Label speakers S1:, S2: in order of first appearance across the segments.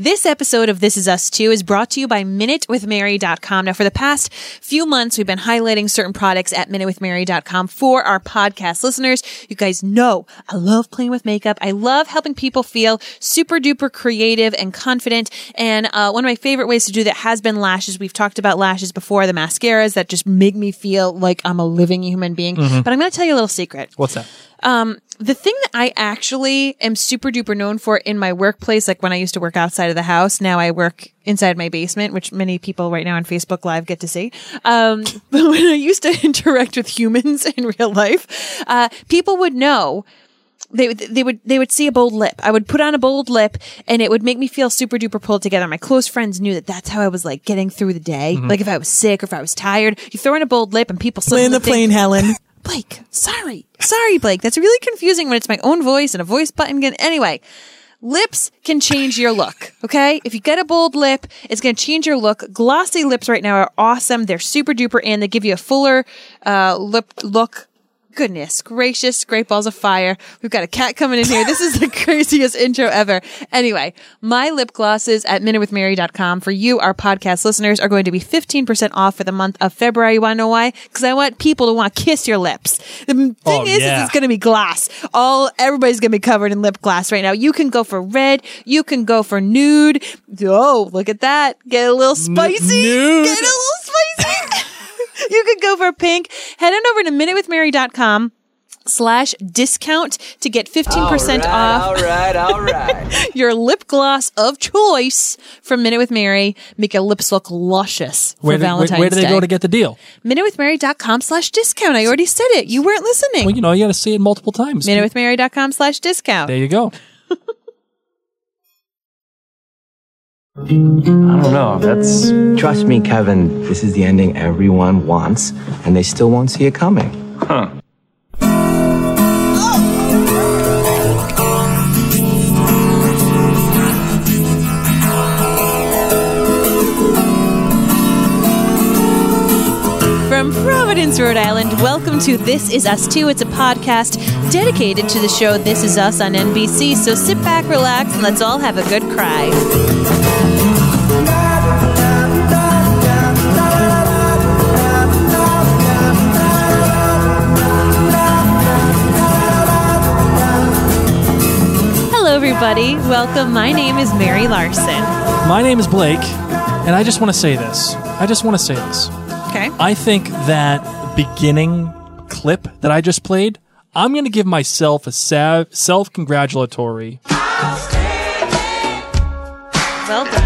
S1: This episode of This Is Us Too is brought to you by MinuteWithMary.com. Now, for the past few months, we've been highlighting certain products at MinuteWithMary.com for our podcast listeners. You guys know I love playing with makeup. I love helping people feel super duper creative and confident. And uh, one of my favorite ways to do that has been lashes. We've talked about lashes before, the mascaras that just make me feel like I'm a living human being. But I'm going to tell you a little secret.
S2: What's that?
S1: Um, the thing that I actually am super duper known for in my workplace, like when I used to work outside of the house, now I work inside my basement, which many people right now on Facebook Live get to see. Um, but when I used to interact with humans in real life, uh, people would know they would- they would they would see a bold lip. I would put on a bold lip, and it would make me feel super duper pulled together. My close friends knew that that's how I was like getting through the day. Like if I was sick or if I was tired, you throw in a bold lip, and people
S3: Land
S1: suddenly
S3: the
S1: think-
S3: plane, Helen.
S1: Blake, sorry. Sorry, Blake. That's really confusing when it's my own voice and a voice button. Again. Anyway, lips can change your look, okay? If you get a bold lip, it's going to change your look. Glossy lips right now are awesome. They're super duper and they give you a fuller uh, lip look. Goodness gracious, great balls of fire. We've got a cat coming in here. This is the craziest intro ever. Anyway, my lip glosses at minutewithmary.com for you, our podcast listeners, are going to be 15% off for the month of February. You want to know why? Because I want people to want to kiss your lips. The m- thing
S2: Oh,
S1: is, is
S2: yeah.
S1: it's going to be glass. All everybody's going to be covered in lip glass right now. You can go for red. You can go for nude. Oh, look at that. Get a little spicy.
S2: nude.
S1: Get a little spicy. you could go for pink. Head on over to minutewithmary.com slash discount to get 15% off
S4: right, all right.
S1: your lip gloss of choice from Minute with Mary. Make your lips look luscious for
S2: Where, do- where,
S1: Valentine's
S2: where do they
S1: Day.
S2: go to get the deal?
S1: MinuteWithMary.com slash discount. I already said it. You weren't listening.
S2: Well, you know, you got to see it multiple times.
S1: MinuteWithMary.com slash discount.
S2: there you go.
S4: I don't know. That's trust me, Kevin. This is the ending everyone wants, and they still won't see it coming.
S1: From Providence, Rhode Island, welcome to This Is Us Too. It's a podcast dedicated to the show This Is Us on NBC. So sit back, relax, and let's all have a good cry. Hello, everybody. Welcome. My name is Mary Larson.
S2: My name is Blake, and I just want to say this. I just want to say this.
S1: Okay.
S2: I think that beginning clip that I just played, I'm going to give myself a sav- self congratulatory.
S1: Well done.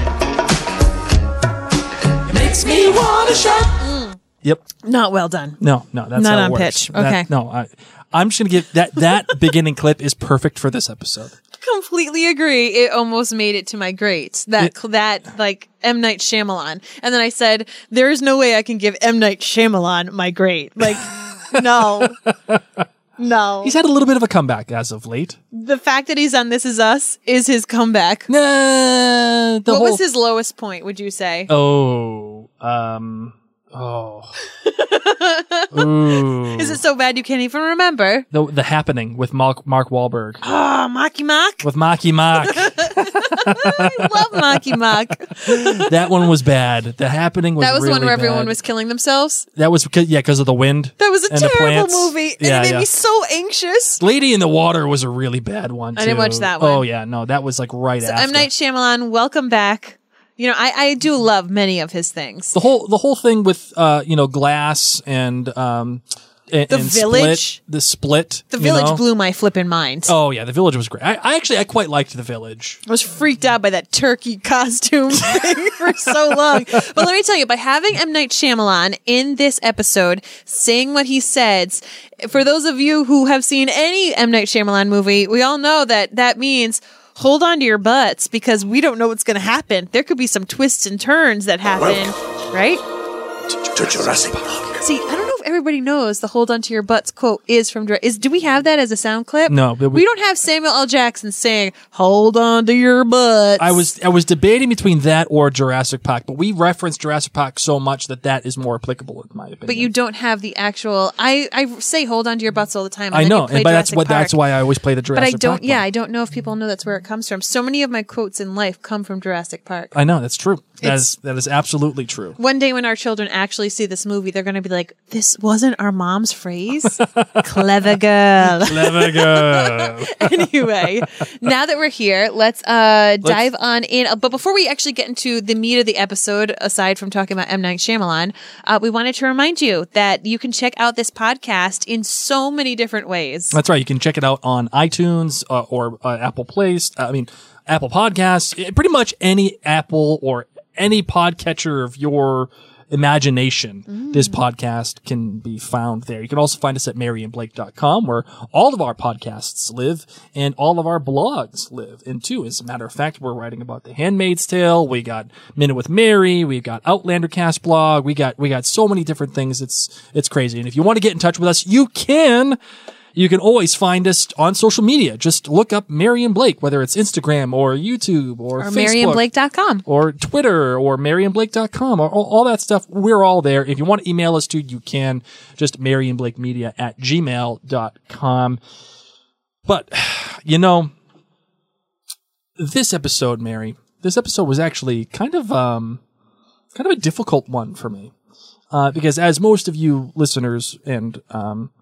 S2: Yep.
S1: Not well done.
S2: No, no, that's
S1: Not
S2: how it
S1: on
S2: works.
S1: pitch.
S2: That-
S1: Okay.
S2: no, I, I'm just going to give that that beginning clip is perfect for this episode.
S1: completely agree. It almost made it to my grades. That
S2: It-
S1: that like M Night Shyamalan, and then I said, "There is no way I can give M Night Shyamalan my grade." Like, no, no.
S2: He's had a little bit of a comeback as of late.
S1: the fact that he's on This Is Us is his comeback.
S2: Nah, the
S1: what
S2: whole
S1: was his lowest point? Would you say?
S2: Oh, um, oh, ooh,
S1: Is it so bad you can't even remember?
S2: the, the happening with Mark Mark Wahlberg
S1: Oh, Mocky Mock.
S2: with Maki Ah, Mark.
S1: I love Mocky Mock.
S2: that one was bad. The happening was
S1: That was the one
S2: really
S1: where everyone
S2: bad.
S1: was killing themselves.
S2: That was because yeah, because of the wind.
S1: That was a
S2: and the
S1: terrible
S2: plants.
S1: movie. And
S2: yeah,
S1: it made
S2: yeah.
S1: me so anxious.
S2: Lady in the Water was a really bad one.
S1: I didn't
S2: too.
S1: watch that one.
S2: Oh yeah, no, that was like right after.
S1: M. Night Shyamalan, welcome back. You know, I, I do love many of his things.
S2: the whole the whole thing with uh you know glass and um and,
S1: The
S2: and
S1: Village?
S2: split, the split
S1: The
S2: you
S1: Village
S2: know?
S1: blew my flippin' mind.
S2: Oh yeah, the village was great. I, I actually I quite liked the village.
S1: I was freaked out by that turkey costume thing for so long. But let me tell you, by having M. Night Shyamalan in this episode, saying what he says, for those of you who have seen any M. Night Shyamalan movie, we all know that that means hold on to your butts because we don't know what's going to happen. There could be some twists and turns that happen, right?
S5: to Jurassic Park.
S1: See, I don't know if everybody knows the "Hold Onto Your Butts" quote is from. Dra- Is do we have that as a sound clip?
S2: No, but
S1: we,
S2: we-
S1: don't have Samuel L. Jackson saying "Hold on to your butts."
S2: I was I was debating between that or Jurassic Park, but we reference Jurassic Park so much that that is more applicable in my opinion.
S1: but you don't have the actual. I I say "Hold on to your butts" all the time.
S2: I
S1: then you
S2: know,
S1: play
S2: and but that's
S1: Jurassic
S2: what that's
S1: Park.
S2: why I always play the
S1: But I
S2: Jurassic.
S1: don't.
S2: Park
S1: Yeah,
S2: one.
S1: I don't know if people know that's where it comes from. So many of my quotes in life come from Jurassic Park.
S2: I know that's true. That
S1: It's-
S2: is that is absolutely true.
S1: One day when our children actually see this movie, they're going to be like, "This wasn't our mom's phrase." Clever girl.
S2: Clever girl.
S1: anyway, now that we're here, let's uh dive on in. Uh, But before we actually get into the meat of the episode, aside from talking about M Night Shyamalan, uh, we wanted to remind you that you can check out this podcast in so many different ways.
S2: That's right. You can check it out on iTunes uh, or uh, Apple Place. I mean, Apple Podcasts. eh, Pretty much any Apple or any podcatcher of your imagination, this podcast can be found there. You can also find us at maryandblake.com where all of our podcasts live and all of our blogs live. And too, as a matter of fact, we're writing about The Handmaid's Tale. We got Minute with Mary. We've got Outlander Cast blog. We got, we got so many different things. It's, it's crazy. And if you want to get in touch with us, you can. You can always find us on social media. Just look up Marion Blake, whether it's Instagram or YouTube or,
S1: Or
S2: Facebook
S1: MarianBlake.com.
S2: or Twitter or MarianBlake.com or all, all that stuff. We're all there. If you want to email us too, you can just MarianBlakeMedia at gmail.com. But, you know, this episode, Mary, this episode was actually kind of, um, kind of a difficult one for me. Uh, because as most of you listeners and, um,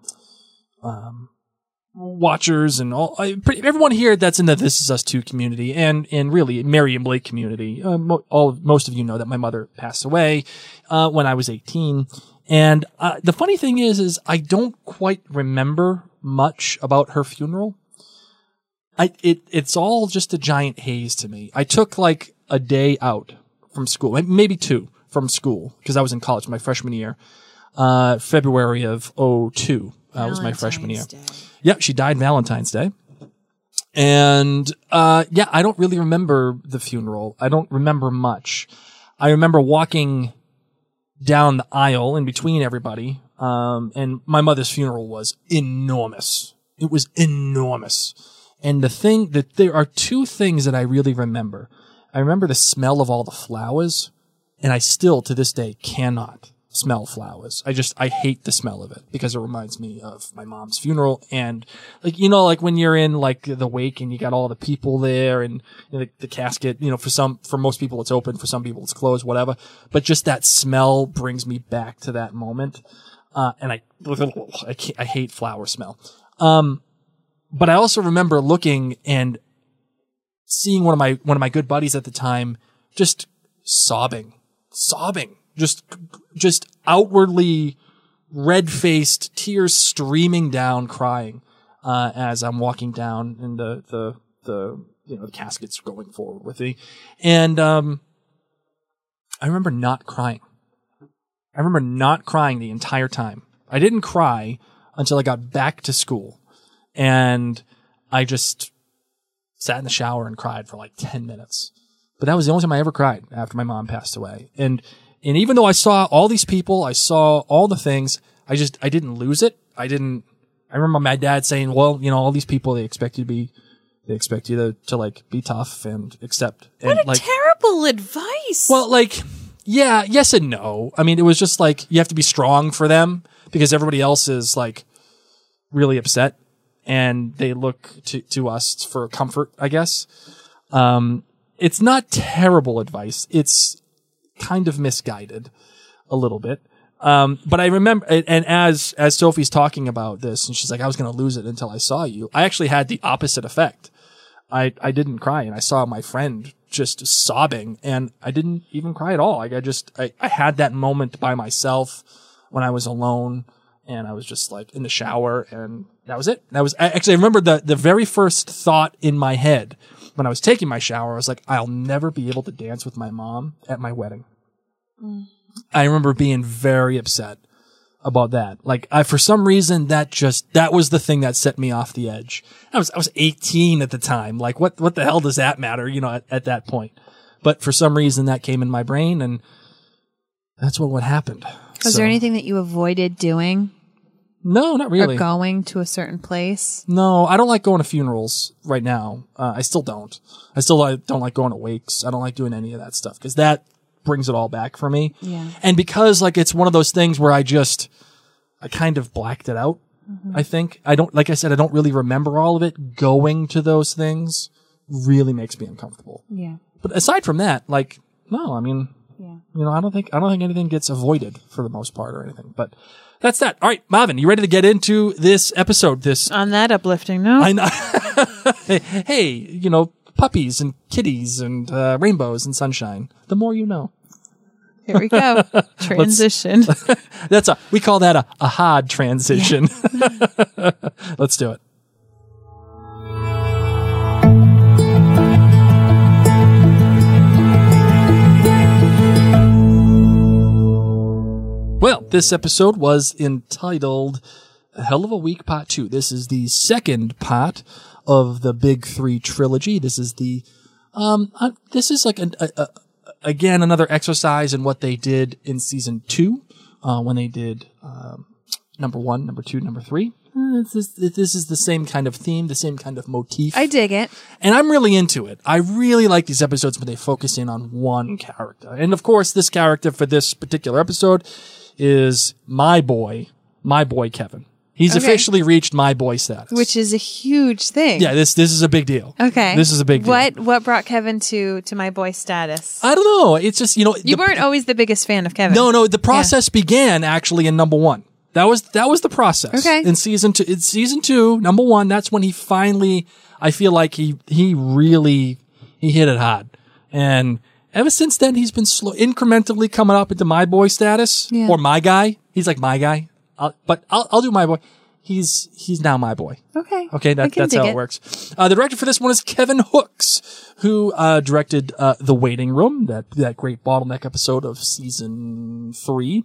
S2: watchers and all I, pretty, everyone here that's in the This Is Us Two community and and really Mary and Blake community. Uh, mo- all most of you know that my mother passed away uh, when I was eighteen, and uh, the funny thing is, is I don't quite remember much about her funeral. I it it's all just a giant haze to me. I took like a day out from school, may- maybe two from school because I was in college my freshman year, uh, February of 02. That was my freshman year. Yeah, she died Valentine's Day. And uh, yeah, I don't really remember the funeral. I don't remember much. I remember walking down the aisle in between everybody. Um, and my mother's funeral was enormous. It was enormous. And the thing that there are two things that I really remember. I remember the smell of all the flowers, and I still to this day cannot smell flowers. I just I hate the smell of it because it reminds me of my mom's funeral and like you know like when you're in like the wake and you got all the people there and you know, the, the casket, you know, for some for most people it's open, for some people it's closed, whatever. But just that smell brings me back to that moment. Uh, and I I, can't, I hate flower smell. Um but I also remember looking and seeing one of my one of my good buddies at the time just sobbing, sobbing, just just outwardly red faced, tears streaming down, crying uh, as I'm walking down and the the the you know the casket's going forward with me, and um, I remember not crying. I remember not crying the entire time. I didn't cry until I got back to school, and I just sat in the shower and cried for like 10 minutes. But that was the only time I ever cried after my mom passed away. And, and even though I saw all these people, I saw all the things, I just, I didn't lose it. I didn't, I remember my dad saying, well, you know, all these people, they expect you to be, they expect you to, to like be tough and accept. And
S1: What a
S2: like,
S1: terrible advice.
S2: well, like, yeah, yes and no. I mean, it was just like you have to be strong for them because everybody else is like really upset and they look to, to us for comfort, I guess. Um, it's not terrible advice. It's kind of misguided a little bit. Um, but I remember, and and as, as Sophie's talking about this and she's like, I was going to lose it until I saw you. I actually had the opposite effect. I, I didn't cry and I saw my friend just sobbing and I didn't even cry at all. Like I just, I, I had that moment by myself when I was alone and I was just like in the shower and that was it. That was I, actually, I remember the, the very first thought in my head when I was taking my shower, I was like, I'll never be able to dance with my mom at my wedding.
S1: Mm.
S2: I remember being very upset about that. Like I, for some reason, that just that was the thing that set me off the edge. I was I was 18 at the time. Like what what the hell does that matter? You know, at, at that point. But for some reason, that came in my brain, and that's what what happened.
S1: Was
S2: So-
S1: there anything that you avoided doing
S2: No, not
S1: or
S2: really.
S1: going to a certain place?
S2: No, I don't like going to funerals right now. Uh, I still don't. I still uh, don't like going to wakes. I don't like doing any of that stuff because that brings it all back for me.
S1: Yeah.
S2: And because like it's one of those things where I just, I kind of blacked it out. I think I don't, like I said, I don't really remember all of it. Going to those things really makes me uncomfortable.
S1: Yeah.
S2: But aside from that, like, no, I mean,
S1: Yeah.
S2: you know, I don't think, I don't think anything gets avoided for the most part or anything, but that's that. All right, Marvin, you ready to get into this episode, this
S1: On that uplifting note,
S2: I know. hey, you know, puppies and kitties and uh, rainbows and sunshine. The more you know.
S1: here we go. Transition.
S2: That's a we call that a, a hard transition. Let's do it. Well, this episode was entitled "A Hell of a Week Part 2. This is the second part of the Big Three trilogy. This is the um, uh, this is like an, a, a, again another exercise in what they did in season two uh, when they did um, number one, number two, number three. Uh, This is, this is the same kind of theme, the same kind of motif,
S1: I dig it.
S2: and I'm really into it. I really like these episodes when they focus in on one character, and of course, this character for this particular episode is my boy, my boy Kevin. He's
S1: Okay.
S2: officially reached my boy status,
S1: Which is a huge thing.
S2: yeah, this this is a big deal.
S1: Okay.
S2: this is a big deal.
S1: What what brought Kevin to to my boy status?
S2: I don't know. It's just you know
S1: You
S2: the-
S1: weren't always the biggest fan of Kevin.
S2: No, no, the process began actually in number one. That was that was the process.
S1: Okay.
S2: In season two, in season two, number one, that's when he finally. I feel like he he really he hit it hard, and ever since then he's been slow, incrementally coming up into my boy status
S1: Yeah.
S2: or my guy. He's like my guy, I'll, but I'll I'll do my boy. He's he's now my boy.
S1: Okay.
S2: Okay,
S1: I
S2: that,
S1: can
S2: that's
S1: dig
S2: how it, works. Uh, the director for this one is Kevin Hooks, who uh, directed uh, The Waiting Room, that that great bottleneck episode of season three,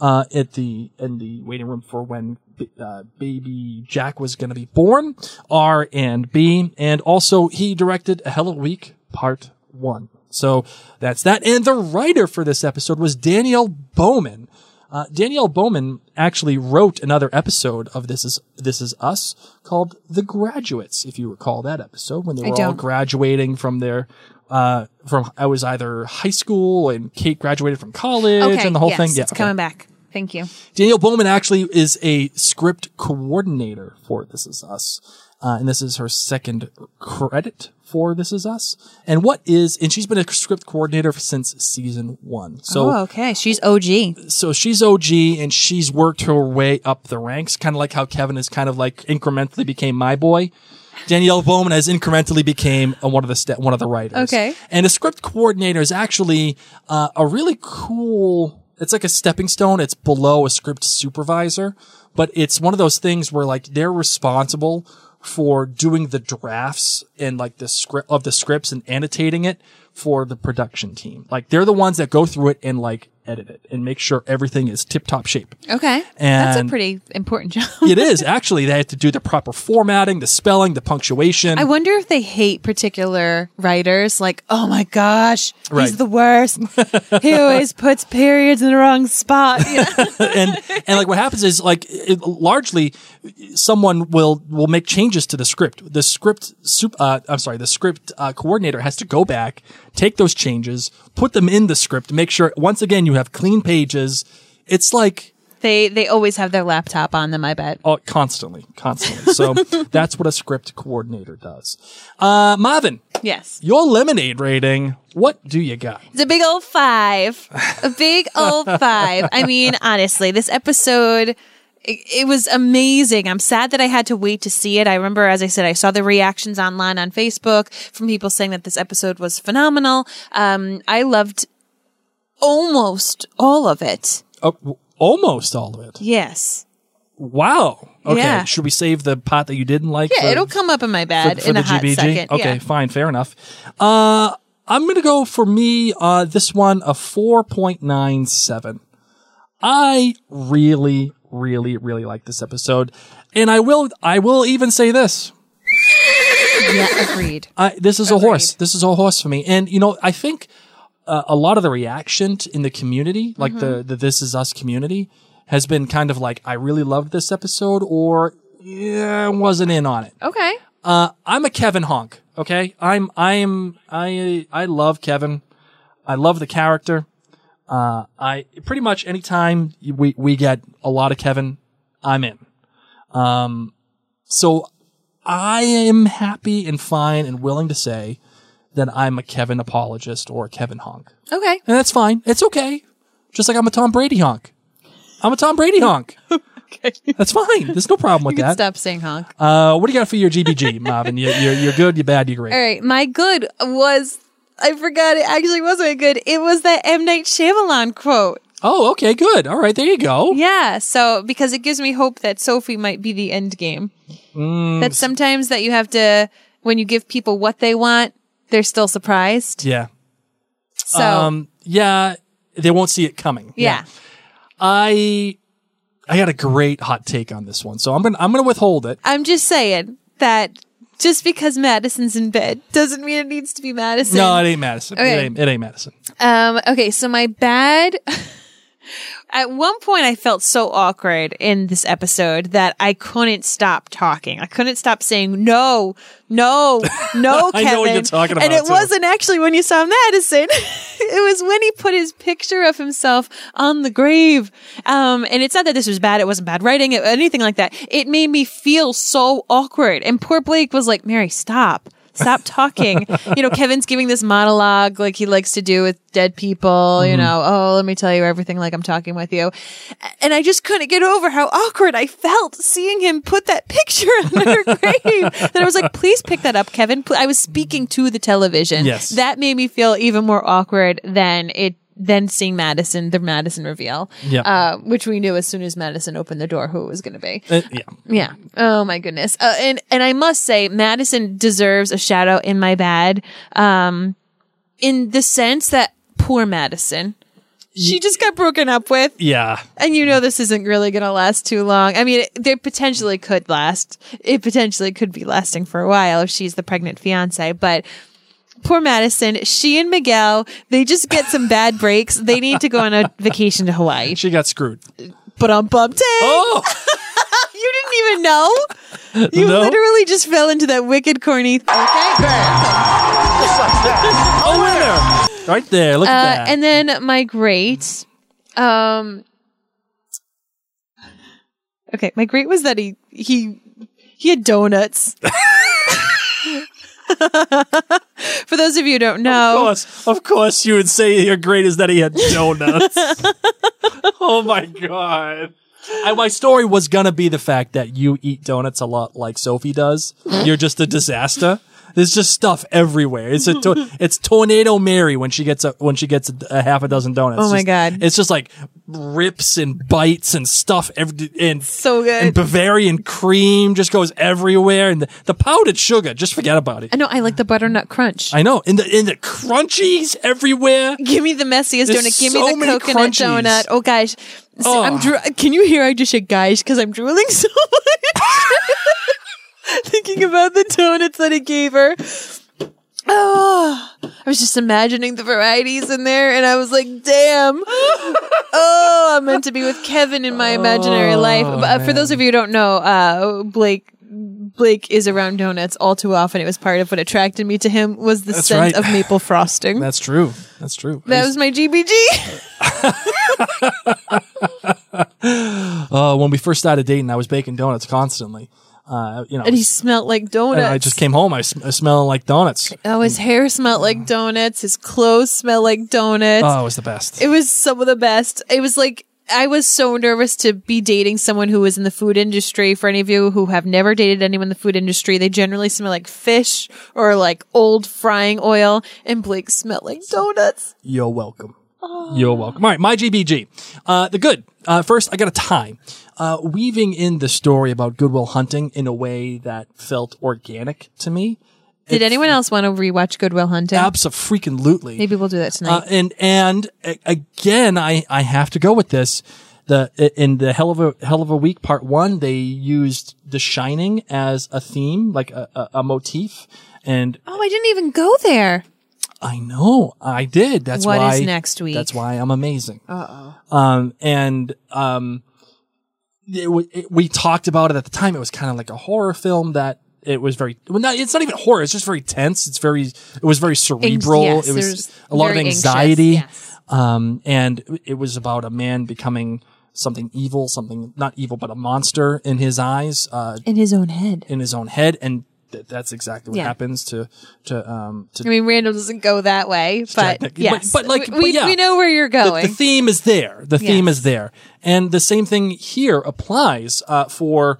S2: uh, at the in the waiting room for when uh, baby Jack was going to be born. R and B, and also he directed A Hell of a Week Part One. So that's that. And the writer for this episode was Danielle Bowman. Uh, Danielle Bowman actually wrote another episode of This Is This Is Us called The Graduates, if you recall that episode when they were all
S1: don't.
S2: graduating from their uh, from I was either high school and Kate graduated from college
S1: Okay.
S2: and the whole
S1: yes,
S2: thing. Yeah,
S1: it's
S2: okay.
S1: coming back. Thank you.
S2: Danielle Bowman actually is a script coordinator for This Is Us. Uh, and this is her second credit for This Is Us. And what is, and she's been a script coordinator since season one. So,
S1: oh, okay. She's OG.
S2: so she's OG and she's worked her way up the ranks, kind of like how Kevin is kind of like incrementally became my boy. Danielle Bowman has incrementally became uh, one of the sta one of the writers.
S1: Okay.
S2: and a script coordinator is actually uh, a really cool. It's like a stepping stone. It's below a script supervisor, but it's one of those things where like they're responsible for doing the drafts and like the script of the scripts and annotating it for the production team. Like they're the ones that go through it and like edit it and make sure everything is tip top shape.
S1: Okay. that's a
S2: And-
S1: pretty important job.
S2: it is actually they have to do the proper formatting, the spelling, the punctuation.
S1: I wonder if they hate particular writers. Like, oh my gosh,
S2: Right.
S1: he's the worst. he always puts periods in the wrong spot. You know?
S2: and and like what happens is like it, largely someone will will make changes to the script the script sup- uh, i'm sorry the script uh, coordinator has to go back take those changes put them in the script make sure once again you have clean pages it's like
S1: they they always have their laptop on them. I bet.
S2: uh, constantly constantly so that's what a script coordinator does uh marvin
S1: Yes,
S2: your lemonade rating what do you got
S1: it's a big old five, a big old five. I mean, honestly, this episode. It it was amazing. I'm sad that I had to wait to see it. I remember, as I said, I saw the reactions online on Facebook from people saying that this episode was phenomenal. Um, I loved almost all of it.
S2: oh, w- almost all of it
S1: Yes.
S2: wow okay
S1: Yeah.
S2: should we save the part that you didn't like
S1: Yeah,
S2: for-
S1: it'll come up in my
S2: for-
S1: bad
S2: for
S1: in
S2: the
S1: a hot
S2: GBG?
S1: second.
S2: Okay,
S1: Yeah.
S2: fine, fair enough. Uh, I'm gonna go for me. Uh, this one a four point nine seven. I really, really, really like this episode, and I will. I will even say this.
S1: Yeah, agreed.
S2: I, this is a horse. This is a horse for me. And you know, I think uh, a lot of the reaction t- in the community, like
S1: Mm-hmm.
S2: the, the This Is Us community, has been kind of like, I really loved this episode or, yeah, I wasn't in on it.
S1: Okay.
S2: Uh, I'm a Kevin honk. Okay. I'm, I'm, I, I love Kevin. I love the character. Uh, I pretty much anytime we, we get a lot of Kevin, I'm in. Um, so I am happy and fine and willing to say that I'm a Kevin apologist or a Kevin honk.
S1: Okay.
S2: And that's fine. It's okay. Just like I'm a Tom Brady honk. I'm a Tom Brady honk.
S1: Okay.
S2: That's fine. There's no problem with
S1: You can
S2: that.
S1: stop saying honk.
S2: Uh, what do you got for your GBG, Marvin? You're, you're, you're good, you're bad, you're great.
S1: All right, my good was I forgot it actually wasn't a good. It was that M Night Shyamalan quote.
S2: Oh, okay, good. All right, there you go.
S1: Yeah, so because it gives me hope that Sophie might be the end game.
S2: Mm.
S1: That sometimes that you have to when you give people what they want, they're still surprised.
S2: Yeah.
S1: So
S2: Um, yeah, they won't see it coming.
S1: Oh. yeah.
S2: I I got a great hot take on this one. So I'm going to I'm going to withhold it.
S1: I'm just saying that just because Madison's in bed doesn't mean it needs to be Madison.
S2: No, it ain't Madison. It,
S1: Okay.
S2: ain't, it ain't Madison.
S1: Um, okay, so my bad. At one point, I felt so awkward in this episode that I couldn't stop talking. I couldn't stop saying no, no, no,
S2: I
S1: Kevin.
S2: know what you're talking about,
S1: And it
S2: too.
S1: wasn't actually when you saw Madison. it was when he put his picture of himself on the grave. Um, and it's not that this was bad. It wasn't bad writing. It, anything like that. It made me feel so awkward. And poor Blake was like, "Mary, stop." Stop talking. you know, Kevin's giving this monologue like he likes to do with dead people, you know, oh, let me tell you everything like I'm talking with you. And I just couldn't get over how awkward I felt seeing him put that picture on her grave. That I was like, please pick that up, Kevin. Pl- I was speaking to the television.
S2: Yes.
S1: That made me feel even more awkward than it than seeing Madison, the Madison reveal.
S2: Yep.
S1: Uh, which we knew as soon as Madison opened the door who it was gonna be.
S2: Uh, yeah.
S1: Yeah. Oh my goodness. Uh, and and I must say, Madison deserves a shout out in my bad, um, in the sense that poor Madison, she just got broken up with,
S2: Yeah.
S1: and you know this isn't really going to last too long. I mean, it, they potentially could last. It potentially could be lasting for a while if she's the pregnant fiance, but. Poor Madison, she and Miguel, they just get some bad breaks. They need to go on a vacation to Hawaii.
S2: She got screwed.
S1: But on bump day.
S2: Oh,
S1: You didn't even know. You
S2: No.
S1: literally just fell into that wicked corny. th- okay.
S2: oh, winner. Right there. Look at
S1: Uh,
S2: that.
S1: and then my great, um, okay, my great was that he he he had donuts. For those of you who don't
S2: of
S1: know,
S2: course, of course, you would say your great is that he had donuts. oh my god! I, my story was gonna be the fact that you eat donuts a lot, like Sophie does. You're just a disaster. There's just stuff everywhere. It's a to- it's tornado Mary when she gets a when she gets a, a half a dozen donuts.
S1: Oh my
S2: Just-
S1: God.
S2: It's just like rips and bites and stuff. Every and
S1: so good.
S2: and Bavarian cream just goes everywhere, and the, the powdered sugar. Just forget about it.
S1: I know I like the butternut crunch.
S2: I know. In the in the crunchies everywhere.
S1: Give me the messiest
S2: There's
S1: donut. Give
S2: so
S1: me the
S2: many
S1: coconut
S2: crunchies.
S1: donut. Oh gosh, S-
S2: Oh.
S1: I'm dru- can you hear I just said gosh because I'm drooling so much thinking about the donuts that he gave her. Oh, I was just imagining the varieties in there, and I was like, "Damn! oh, I'm meant to be with Kevin in my imaginary
S2: Oh,
S1: life." But uh, for those of you who don't know, uh, Blake Blake is around donuts all too often. It was part of what attracted me to him was the
S2: That's
S1: scent
S2: right.
S1: of maple frosting.
S2: That's true. That's true.
S1: That was my GBG.
S2: uh, when we first started dating, I was baking donuts constantly. Uh, you know,
S1: And he smelt like
S2: and
S1: donuts.
S2: I just came home. I, sm- I smelling like donuts.
S1: oh, his hair smelled like donuts. His clothes smelled like donuts.
S2: Oh, it was the best.
S1: It was some of the best. It was like I was so nervous to be dating someone who was in the food industry. For any of you who have never dated anyone in the food industry, they generally smell like fish or like old frying oil. And Blake smelled like donuts.
S2: You're welcome. You're welcome. All right, my GBG. Uh, the good. Uh, first, I got a tie. Uh, weaving in the story about Goodwill Hunting in a way that felt organic to me.
S1: Did anyone else want to rewatch Goodwill Hunting?
S2: Absolutely.
S1: Maybe we'll do that
S2: Uh,
S1: tonight.
S2: and and a- again, I I have to go with this. The in the hell of a hell of a week part one, they used The Shining as a theme, like a, a, a motif, and
S1: oh, I didn't even go there.
S2: I know. I did. That's
S1: What is
S2: why
S1: next week?
S2: That's why I'm amazing. Um, and um, it, w- it- we talked about it at the time. It was kind of like a horror film that it was very. Well, not, it's not even horror. It's just very tense. It's very. It was very cerebral.
S1: yes,
S2: it
S1: there's
S2: was a lot of
S1: very anxious,
S2: anxiety.
S1: yes.
S2: Um, and it was about a man becoming something evil, something not evil, but a monster in his eyes. Uh,
S1: in his own head.
S2: in his own head, and th- that's exactly what
S1: Yeah.
S2: happens to to um to
S1: I mean, Randall doesn't go that way, but
S2: technic-
S1: yes,
S2: but- but like-
S1: we,
S2: but yeah.
S1: we know where you're
S2: the-
S1: going.
S2: The, theme is there. The theme
S1: Yes.
S2: is there, and the same thing here applies uh, for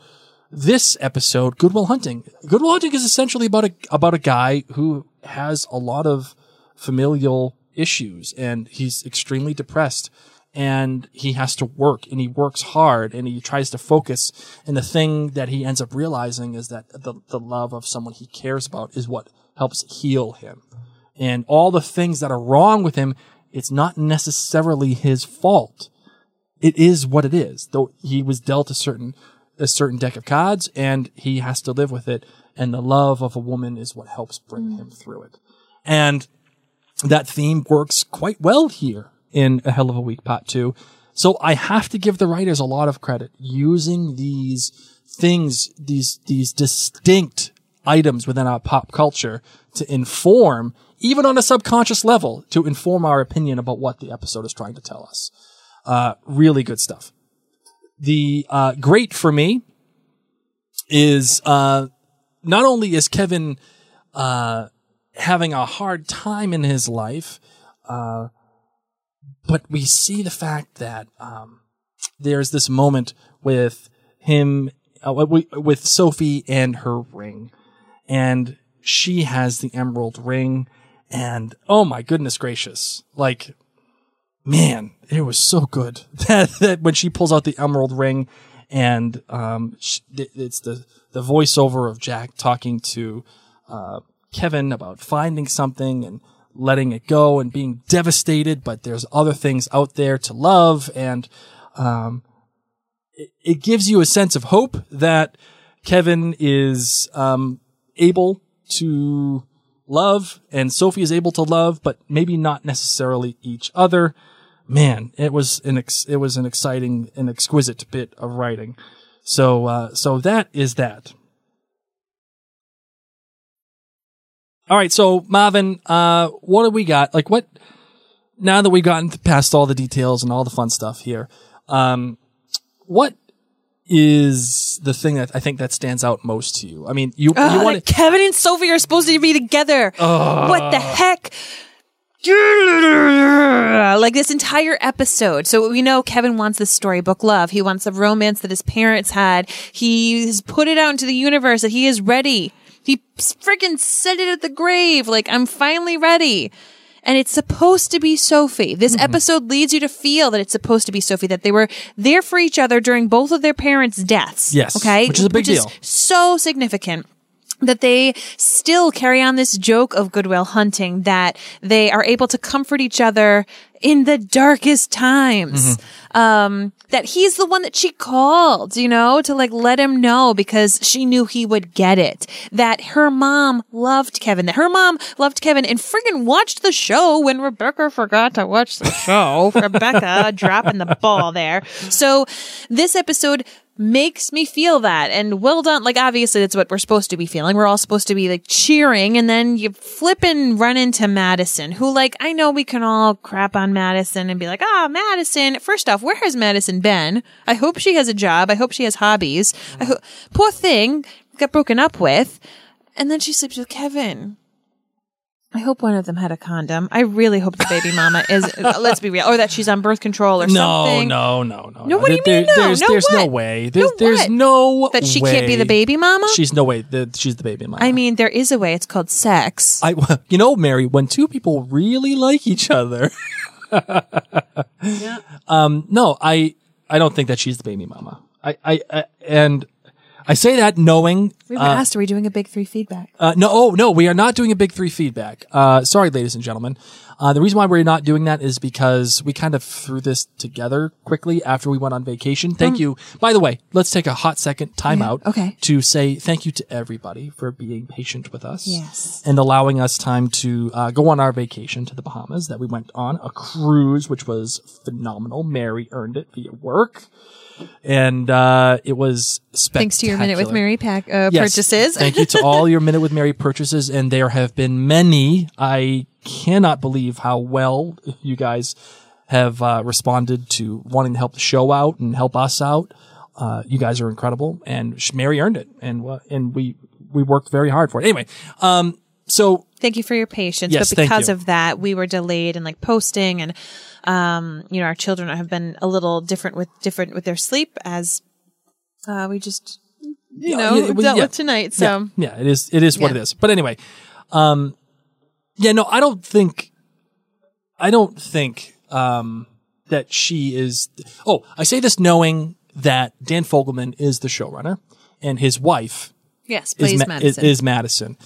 S2: this episode. Goodwill Hunting. Goodwill Hunting is essentially about a about a guy who has a lot of familial issues, and he's extremely depressed. And he has to work and he works hard and he tries to focus. And the thing that he ends up realizing is that the, the love of someone he cares about is what helps heal him and all the things that are wrong with him, it's not necessarily his fault. It is what it is. Though he was dealt a certain a certain deck of cards and he has to live with it and the love of a woman is what helps bring him through it. And that theme works quite well here in A Hell of a Week Part 2. So I have to give the writers a lot of credit using these things, these, these distinct items within our pop culture to inform, even on a subconscious level, to inform our opinion about what the episode is trying to tell us. Uh, really good stuff. The, uh, great for me is, uh, not only is Kevin, having a hard time in his life. Uh, but we see the fact that um, there's this moment with him, uh, wi- with Sophie and her ring. And she has the emerald ring. And oh my goodness gracious. Like, man, it was so good that, that when she pulls out the emerald ring and um, sh th- it's the, the voiceover of Jack talking to uh, Kevin about finding something and letting it go and being devastated, but there's other things out there to love. And um, it, it gives you a sense of hope that Kevin is um, able to love and Sophie is able to love, but maybe not necessarily each other. Man, it was an ex- it was an exciting and exquisite bit of writing. So uh, so that is that. All right, so Marvin, uh, what do we got? Like, what? Now that we've gotten past all the details and all the fun stuff here, um, what is the thing that I think that stands out most to you? I mean, you
S1: Ugh,
S2: you want
S1: that Kevin and Sophie are supposed to be together. what the
S2: Ah.
S1: heck? Like this entire episode. So we know Kevin wants this storybook love. He wants the romance that his parents had. He has put it out into the universe that he is ready. He freaking said it at the grave. Like, I'm finally ready. And it's supposed to be Sophie. This
S2: Mm-hmm.
S1: episode leads you to feel that it's supposed to be Sophie, that they were there for each other during both of their parents' deaths.
S2: Yes,
S1: Okay.
S2: which is a big deal.
S1: so significant that they still carry on this joke of goodwill hunting that they are able to comfort each other in the darkest times um that he's the one that she called you know to like let him know because she knew he would get it that her mom loved kevin that her mom loved kevin and friggin watched the show when rebecca forgot to watch the show rebecca dropping the ball there so this episode makes me feel that and well done like obviously that's what we're supposed to be feeling we're all supposed to be like cheering and then you flip and run into madison who like i know we can all crap on madison and be like ah madison first off where has madison been i hope she has a job i hope she has hobbies I ho- poor thing got broken up with and then she sleeps with kevin I hope one of them had a condom. I really hope the baby mama is. Let's be real, or that she's on birth control or
S2: no,
S1: something.
S2: no, no, no,
S1: what do you mean no?
S2: There's,
S1: No
S2: there's no
S1: what?
S2: way.
S1: No
S2: There's, there's
S1: what?
S2: no
S1: That she can't be
S2: way.
S1: the baby mama?
S2: She's no way. that she's the baby mama.
S1: I mean, there is a way. It's called sex.
S2: I, you know, Mary, when two people really like each other. Um, no, I, I don't think that she's the baby mama. I, I, I and I say that knowing,
S1: we were asked, are we doing a big three feedback?
S2: uh, no, oh, no, we are not doing a big three feedback. Uh, sorry, Uh, ladies and gentlemen. Uh, the reason why we're not doing that is because we kind of threw this together quickly after we went on vacation. Thank you. By the way, let's take a hot second timeout
S1: Mm. okay.
S2: to say thank you to everybody for being patient with us
S1: Yes.
S2: and allowing us time to uh, go on our vacation to the Bahamas that we went on a cruise, which was phenomenal. Mary earned it via work. And uh, it was spectacular.
S1: Thanks to your Minute with Mary pack uh,
S2: Yes.
S1: purchases.
S2: Thank you to all your Minute with Mary purchases, and there have been many. I cannot believe how well you guys have uh, responded to wanting to help the show out and help us out. Uh, you guys are incredible, and sh- Mary earned it, and uh, and we we worked very hard for it. Anyway, um, so
S1: Thank you for your patience.
S2: Yes,
S1: but
S2: thank
S1: because
S2: you.
S1: of that, we were delayed in like posting and, um, you know, our children have been a little different with different with their sleep as, uh, we just, you know,
S2: yeah, well,
S1: dealt
S2: yeah.
S1: with tonight. So
S2: Yeah, yeah, it is. It is what
S1: Yeah.
S2: it is. But anyway, um, yeah, no, I don't think, I don't think um, that she is. Oh, I say this knowing that Dan Fogelman is the showrunner, and his wife
S1: yes,
S2: is
S1: please,
S2: Ma- is,
S1: Madison.
S2: is Madison,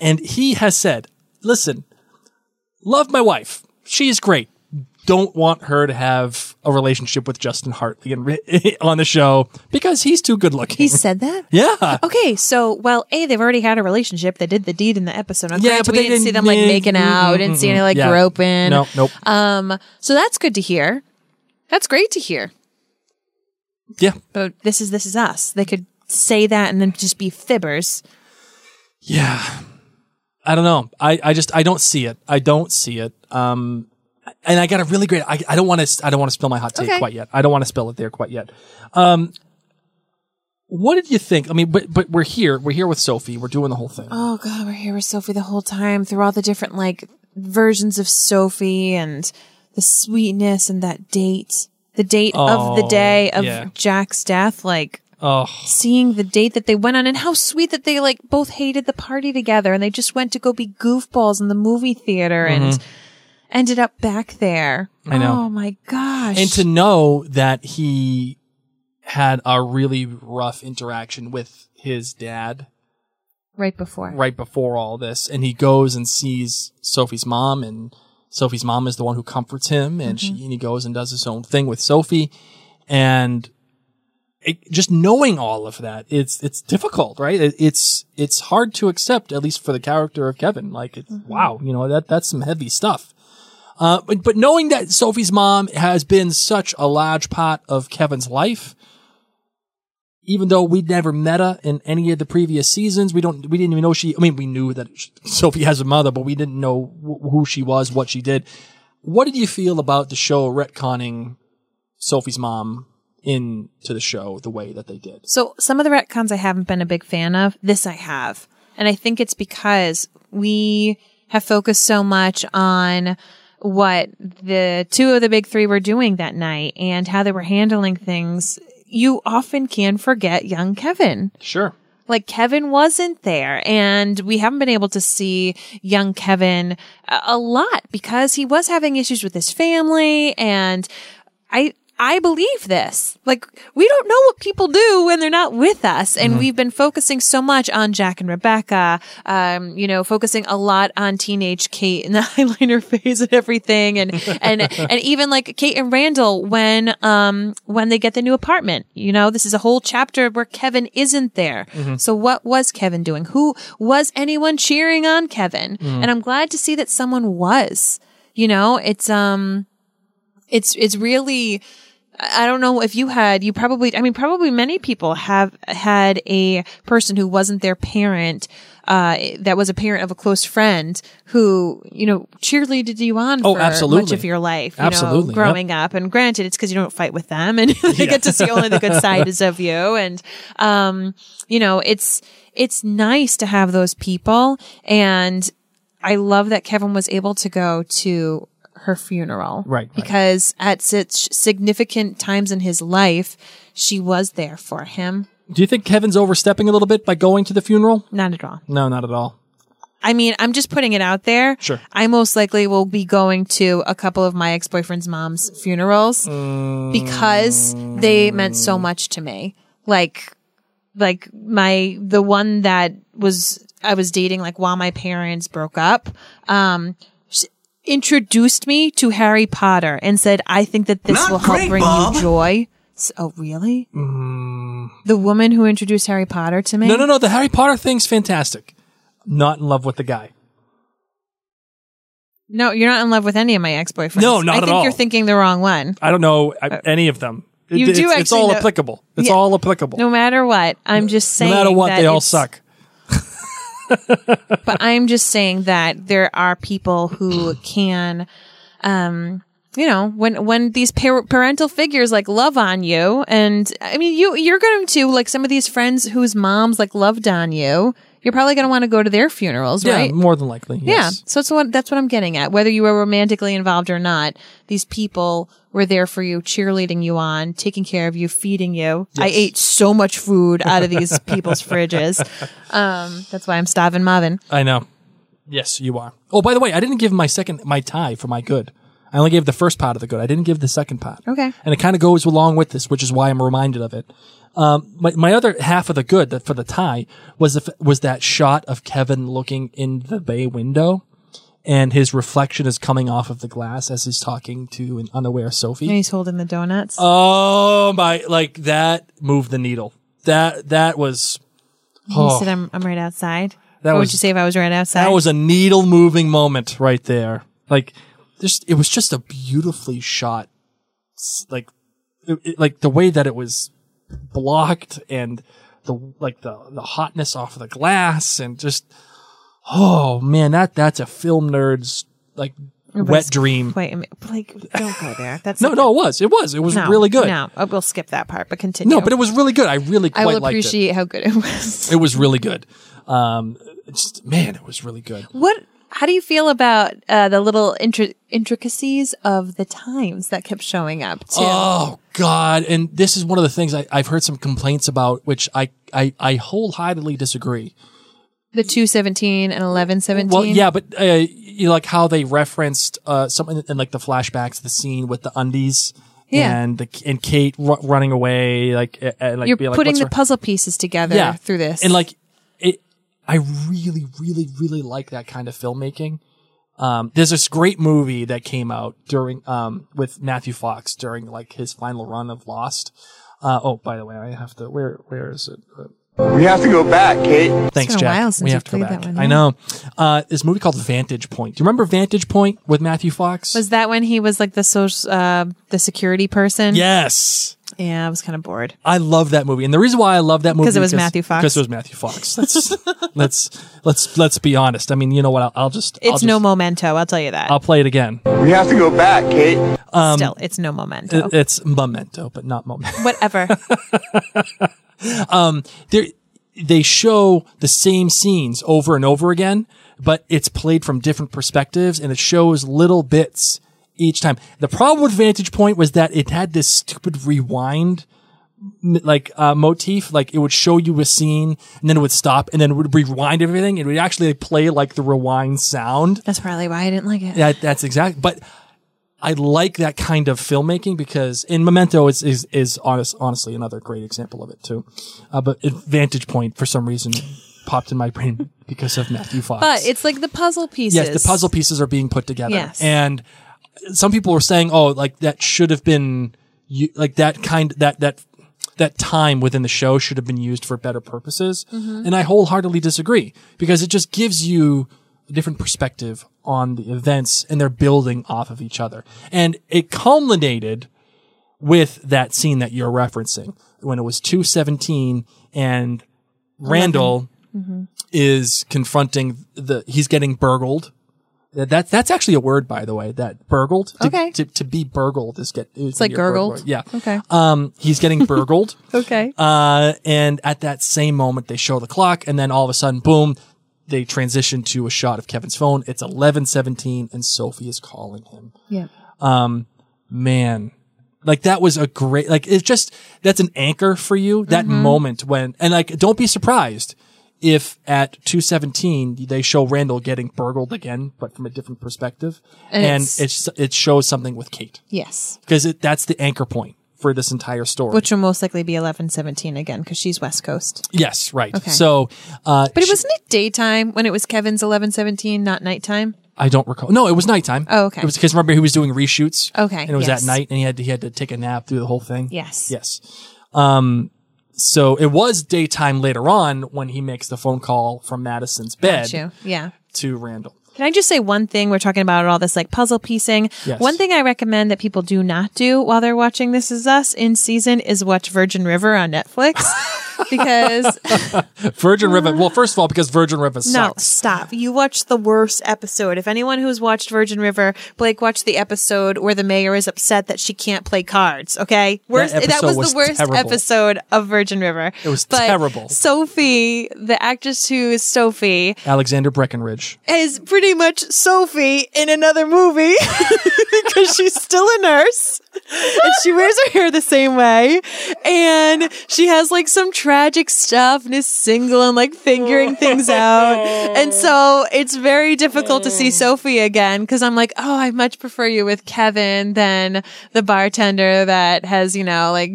S2: and he has said, "Listen, love my wife. She's great." Don't want her to have a relationship with Justin Hartley and re- on the show because he's too good looking.
S1: he said that.
S2: yeah,
S1: Okay, so well, a they've already had a relationship. They did the deed in the episode. I'm
S2: Yeah,
S1: yeah,
S2: but
S1: we
S2: they
S1: didn't see
S2: didn't-
S1: them like
S2: they-
S1: making out. Didn't see any like
S2: yeah.
S1: groping.
S2: Nope, nope.
S1: Um, so that's good to hear. That's great to hear.
S2: yeah,
S1: But this is this is us. They could say that and then just be fibbers.
S2: Yeah. I don't know. I, I just I don't see it. I don't see it. Um and I got a really great I, I don't want to I don't want to spill my hot take
S1: Okay.
S2: quite yet. I don't want to spill it there quite yet. Um what did you think? I mean, but but we're here. We're here with Sophie. We're doing the whole thing.
S1: Oh god, we're here with Sophie the whole time through all the different like versions of Sophie and the sweetness and that date, the date of the
S2: Oh,
S1: day of
S2: yeah.
S1: Jack's death. Like
S2: oh,
S1: seeing the date that they went on and how sweet that they like both hated the party together and they just went to go be goofballs in the movie theater and ended up back there.
S2: Mm-hmm. I know.
S1: Oh my gosh.
S2: and to know that he had a really rough interaction with his dad
S1: right before.
S2: right before all this and he goes and sees Sophie's mom and Sophie's mom is the one who comforts him and she and he goes and does his own thing with Sophie and it, just knowing all of that it's it's difficult right it, it's it's hard to accept at least for the character of Kevin like it's, wow you know that that's some heavy stuff uh, but, but knowing that Sophie's mom has been such a large part of Kevin's life even though we'd never met her in any of the previous seasons, we don't, we didn't even know she, I mean, we knew that sh- Sophie has a mother, but we didn't know wh- who she was, what she did. What did you feel about the show retconning Sophie's mom into the show the way that they did?
S1: So some of the retcons I haven't been a big fan of. This I have. And I think it's because we have focused so much on what the two of the big three were doing that night and how they were handling things. You often can forget young Kevin.
S2: Sure.
S1: like Kevin wasn't there and we haven't been able to see young Kevin a, a lot because he was having issues with his family and I I believe this. Like we don't know what people do when they're not with us and we've been focusing so much on Jack and Rebecca um you know focusing a lot on teenage Kate and the eyeliner phase and everything and and and even like Kate and Randall when um when they get the new apartment you know this is a whole chapter where Kevin isn't there so what was Kevin doing who was anyone cheering on Kevin and I'm glad to see that someone was you know it's um it's it's really I I don't know if you had you probably I mean probably many people have had a person who wasn't their parent uh that was a parent of a close friend who you know cheerleaded you on
S2: Oh,
S1: for much
S2: absolutely.
S1: of your life you
S2: Absolutely,
S1: know growing up and granted it's cuz you don't fight with them and they get to see only the good sides of you and um you know it's it's nice to have those people and I love that Kevin was able to go to her funeral.
S2: Right, right.
S1: Because at such significant times in his life, she was there for him.
S2: Do you think Kevin's overstepping a little bit by going to the funeral?
S1: Not at all.
S2: No, not at all.
S1: I mean, I'm just putting it out there.
S2: Sure.
S1: I most likely will be going to a couple of my ex boyfriend's mom's funerals because they meant so much to me. Like, like my, the one that was, I was dating like while my parents broke up. Um, sh- introduced me to Harry Potter and said, I think that this
S3: Not
S1: will help
S3: great,
S1: bring
S3: Bob.
S1: you joy. S- oh, really? The woman who introduced Harry Potter to me?
S2: Mm-hmm. No, no, no. The Harry Potter thing's fantastic. Not in love with the guy.
S1: No, you're not in love with any of my ex boyfriends.
S2: No,
S1: I
S2: not at
S1: think
S2: all.
S1: you're thinking the wrong one.
S2: I don't know uh, any of them. It-
S1: You
S2: it's,
S1: do
S2: It's
S1: actually
S2: all
S1: know-
S2: applicable. It's
S1: Yeah.
S2: all applicable.
S1: No matter what, I'm just
S2: No
S1: saying.
S2: matter what,
S1: that
S2: they all
S1: it's-
S2: suck.
S1: But I'm just saying that there are people who can, um, you know, when when these par- parental figures like love on you, and I mean, you you're going to like some of these friends whose moms like loved on you. You're probably going to want to go to their funerals,
S2: Yeah,
S1: right?
S2: more than likely. Yes.
S1: Yeah. So that's what that's what I'm getting at. Whether you were romantically involved or not, these people were there for you, cheerleading you on, taking care of you, feeding you. I ate so much food out of these people's fridges. Um, that's why I'm starving Marvin.
S2: I know. Yes, you are. Oh, by the way, I didn't give my second my tie for my good. I only gave the first part of the good. I didn't give the second part.
S1: Okay.
S2: And it kind of goes along with this, which is why I'm reminded of it. Um, my, my other half of the good that for the tie was the, f- was that shot of Kevin looking in the bay window, and his reflection is coming off of the glass as he's talking to an unaware Sophie.
S1: And he's holding the donuts.
S2: Oh my! Like that moved the needle. That that was
S1: He said, I'm, I'm right outside.
S2: That
S1: what
S2: was-
S1: would you say if I was right outside?
S2: that was a needle moving moment right there. Like just it was just a beautifully shot. s- Like it, it- like the way that it was blocked and the like the the hotness off of the glass and just oh man that that's a film nerd's like wet dream.
S1: Wait, a minute. Blake, don't go there. That's
S2: No, no, it was. It was. It was really good.
S1: No, Uh, we'll skip that part, but continue.
S2: No, but it was really good. I really quite
S1: I will
S2: liked it.
S1: appreciate how good it was.
S2: It was really good. Um, it's, man, it was really good.
S1: What? How do you feel about uh, the little intri- intricacies of the times that kept showing up too?
S2: Oh God! And this is one of the things I, I've heard some complaints about, which I I, I wholeheartedly disagree.
S1: the two seventeen and eleven seventeen.
S2: Well, yeah, but uh, you know, like how they referenced uh, something in, like the flashbacks, the scene with the undies.
S1: Yeah.
S2: and the, and Kate ru- running away, like, uh, uh, like
S1: You're
S2: be like,
S1: putting
S2: "What's
S1: the
S2: her-"
S1: puzzle pieces together through this,
S2: And like it I really, really, really like that kind of filmmaking. Um, there's this great movie that came out during um with Matthew Fox during like his final run of Lost. Uh, oh, by the way, I have to. Where where is it? Uh,
S5: We have to go back, Kate.
S2: Thanks,
S1: been a
S2: Jack.
S1: while since
S2: we
S1: you've
S2: have to go
S1: played
S2: back.
S1: that one,
S2: I
S1: yeah.
S2: know. Uh, this movie called Vantage Point. Do you remember Vantage Point with Matthew Fox?
S1: was that when he was like the social, uh, the security person?
S2: yes.
S1: yeah. I was kind of bored.
S2: I love that movie, and the reason why I love that movie
S1: 'Cause it was Matthew Fox.
S2: Because it was Matthew Fox. Let's let's let's let's be honest. I mean, you know what? I'll, I'll just I'll
S1: It's
S2: just,
S1: no memento. I'll tell you that.
S2: I'll Um, play it again.
S5: We have to go back, Kate.
S1: Still, it's no memento.
S2: It- It's memento, but not memento.
S1: Whatever.
S2: They're- they show the same scenes over and over again, but it's played from different perspectives and it shows little bits each time. The problem with Vantage Point was that it had this stupid rewind m- like uh, motif like it would show you a scene and then it would stop and then it would rewind everything it would actually play like the rewind sound
S1: That's probably why I didn't like it.
S2: That that's exact. But I like that kind of filmmaking because in Memento is is is honest, honestly another great example of it too. Uh, but Vantage Point for some reason popped in my brain because of Matthew Fox.
S1: But it's like the puzzle pieces.
S2: yes, the puzzle pieces are being put together,
S1: Yes.
S2: and some people were saying, "Oh, like that should have been u- like that kind that that." That time within the show should have been used for better purposes.
S1: Mm-hmm.
S2: And I wholeheartedly disagree because it just gives you a different perspective on the events and they're building off of each other. And it culminated with that scene that you're referencing when it was 217 and Randall
S1: Mm-hmm.
S2: is confronting the he's getting burgled. That, that that's actually a word by the way. That burgled. To,
S1: Okay.
S2: To, to be burgled is get it's
S1: like gurgled?
S2: Yeah.
S1: Okay.
S2: Um he's getting burgled.
S1: Okay.
S2: Uh, and at that same moment, they show the clock, and then all of a sudden, boom, they transition to a shot of Kevin's phone. It's eleven seventeen, and Sophie is calling him.
S1: yeah.
S2: Man, like that was a great, like it's just that's an anchor for you. That
S1: Mm-hmm.
S2: moment when, and like, don't be surprised if at two seventeen they show Randall getting burgled again, but from a different perspective,
S1: And
S2: and,
S1: it's-
S2: it's, it shows something with Kate
S1: Yes.
S2: because that's the anchor point for this entire story.
S1: Which will most likely be eleven seventeen again because she's West Coast.
S2: yes, right.
S1: Okay.
S2: So, uh,
S1: But it wasn't it daytime when it was Kevin's eleven seventeen, not nighttime.
S2: I don't recall. No, it was nighttime.
S1: Oh, okay.
S2: It was because remember he was doing reshoots.
S1: Okay,
S2: And it was
S1: yes.
S2: at night, and he had to, he had to take a nap through the whole thing.
S1: Yes.
S2: Yes. Um. So it was daytime later on when he makes the phone call from Madison's bed
S1: Got you. Yeah.
S2: to Randall.
S1: Can I just say one thing? We're talking about all this like puzzle piecing.
S2: Yes.
S1: One thing I recommend that people do not do while they're watching This Is Us in season is watch Virgin River on Netflix because
S2: Virgin River. Well, first of all, because Virgin River
S1: no,
S2: sucks.
S1: stop. You watched the worst episode. If anyone who's watched Virgin River, Blake watched the episode where the mayor is upset that she can't play cards. Okay, worst. That,
S2: episode
S1: was,
S2: was
S1: the worst
S2: terrible.
S1: episode of Virgin River. It
S2: was terrible.
S1: Sophie, the actress who is Sophie,
S2: Alexander Breckenridge.
S1: is pretty much Sophie in another movie because she's still a nurse and she wears her hair the same way and she has like some tragic stuff and is single and like figuring things out. And so it's very difficult to see Sophie again because I'm like, oh, I much prefer you with Kevin than the bartender that has, you know, like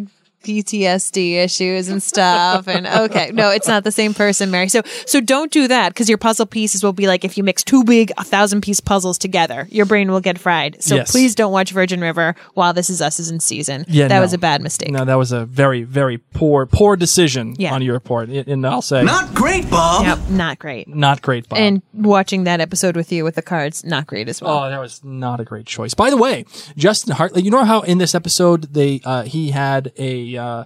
S1: PTSD issues and stuff. And okay, no, it's not the same person, Mary. So, so don't do that because your puzzle pieces will be like if you mix two big, a thousand piece puzzles together, your brain will get fried. So
S2: Yes.
S1: please don't watch Virgin River while This Is Us is in season.
S2: Yeah,
S1: that
S2: no.
S1: was a bad mistake.
S2: No, that was a very, very poor, poor decision
S1: Yeah.
S2: on your part. And- And I'll say, not,
S3: Not great, Bob.
S1: Yep, not great.
S2: great, Bob.
S1: And watching that episode with you with the cards, not great as well.
S2: Oh, that was not a great choice. By the way, Justin Hartley, you know how in this episode they uh, he had a uh,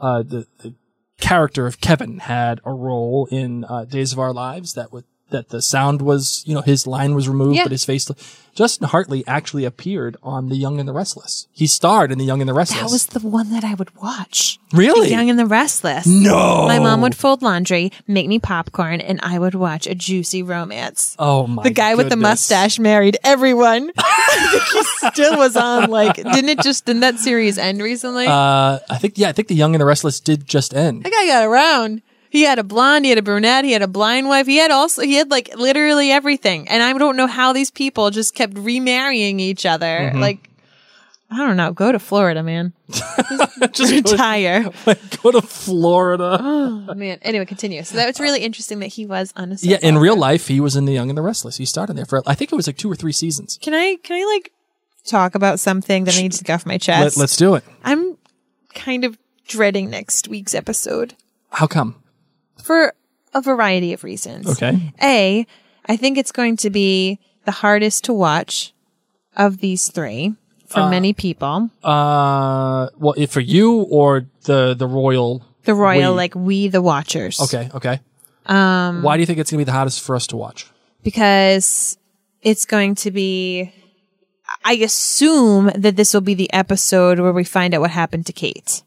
S2: uh, the, the character of Kevin had a role in uh, Days of Our Lives that would that the sound was you know his line was removed
S1: Yeah.
S2: but his face. Justin Hartley actually appeared on The Young and the Restless. He starred in The Young and the Restless.
S1: that was the one that I would watch.
S2: Really?
S1: The Young and the Restless.
S2: no.
S1: My mom would fold laundry, make me popcorn, and I would watch a juicy romance.
S2: Oh my!
S1: the guy with the
S2: goodness.
S1: mustache married everyone. I think he still was on. Like, didn't it just didn't that series end recently?
S2: Uh, I think yeah, I think The Young and the Restless did just end.
S1: that guy got around. He had a blonde, he had a brunette, he had a blind wife. He had also he had like literally everything. And I don't know how these people just kept remarrying each other. Like, I don't know. Go to Florida, man.
S2: Just
S1: Retire,
S2: go, go to Florida.
S1: Oh, man. Anyway, continue. So that was really interesting that he was on a. soap
S2: Yeah, in
S1: opera.
S2: real life, he was in The Young and the Restless. He started there for I think it was like two or three seasons.
S1: Can I can I like talk about something that I need to get off my chest?
S2: Let, us do it.
S1: I'm kind of dreading next week's episode
S2: How come?
S1: for a variety of reasons.
S2: Okay.
S1: A, I think it's going to be the hardest to watch of these three for many people.
S2: Uh, well, if for you or the the royal.
S1: The royal,
S2: we-
S1: like we the watchers.
S2: Okay. Okay. Um, Why do you think it's going to be the hottest for us to watch?
S1: Because it's going to be I assume that this will be the episode where we find out what happened to Kate.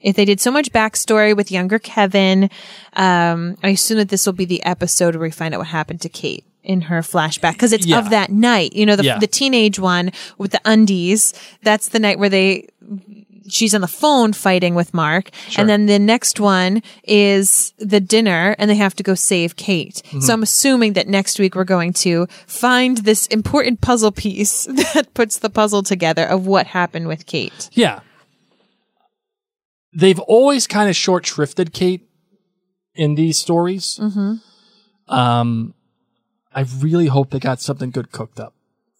S1: If they did so much backstory with younger Kevin, um, I assume that this will be the episode where we find out what happened to Kate in her flashback because it's
S2: Yeah.
S1: of that night. You know, the
S2: Yeah.
S1: the teenage one with the undies. That's the night where they she's on the phone fighting with Mark, and then the next one is the dinner, and they have to go save Kate.
S2: Mm-hmm.
S1: So I'm assuming that next week we're going to find this important puzzle piece that puts the puzzle together of what happened with Kate.
S2: Yeah. They've always kind of short shrifted Kate in these stories. Mm-hmm. Um, I really hope they got something good cooked up.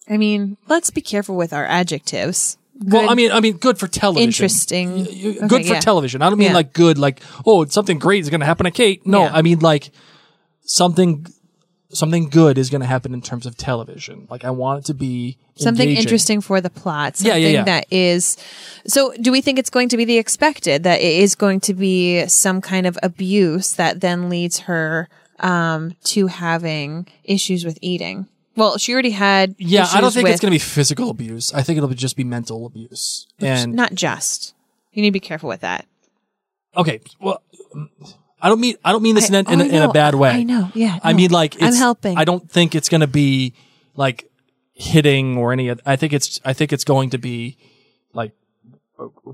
S1: I mean, let's be careful with our adjectives.
S2: well, I mean, I mean, good for television.
S1: Interesting.
S2: Y- y-
S1: Okay,
S2: good for
S1: yeah.
S2: television. I don't mean
S1: Yeah.
S2: like good, like oh, something great is going to happen to Kate. No,
S1: Yeah.
S2: I mean like something, something good is going to happen in terms of television. Like I want it to be
S1: something
S2: engaging.
S1: interesting for the plot.
S2: Yeah,
S1: Something
S2: yeah, yeah.
S1: that is. So, do we think it's going to be the expected that it is going to be some kind of abuse that then leads her um, to having issues with eating? Well, she already had.
S2: Yeah, I don't think it's
S1: to
S2: going to be physical abuse. I think it'll be- just be mental abuse. And
S1: not just. You need to be careful with that.
S2: okay, well, mm, I don't mean I don't mean this
S1: I-
S2: in, a, in,
S1: oh,
S2: a,
S1: I
S2: in a
S1: know.
S2: bad way.
S1: I know, yeah,
S2: I
S1: no.
S2: mean like
S1: I'm
S2: it's,
S1: helping.
S2: I don't think it's going to be like hitting or any. of- I think it's I think it's going to be like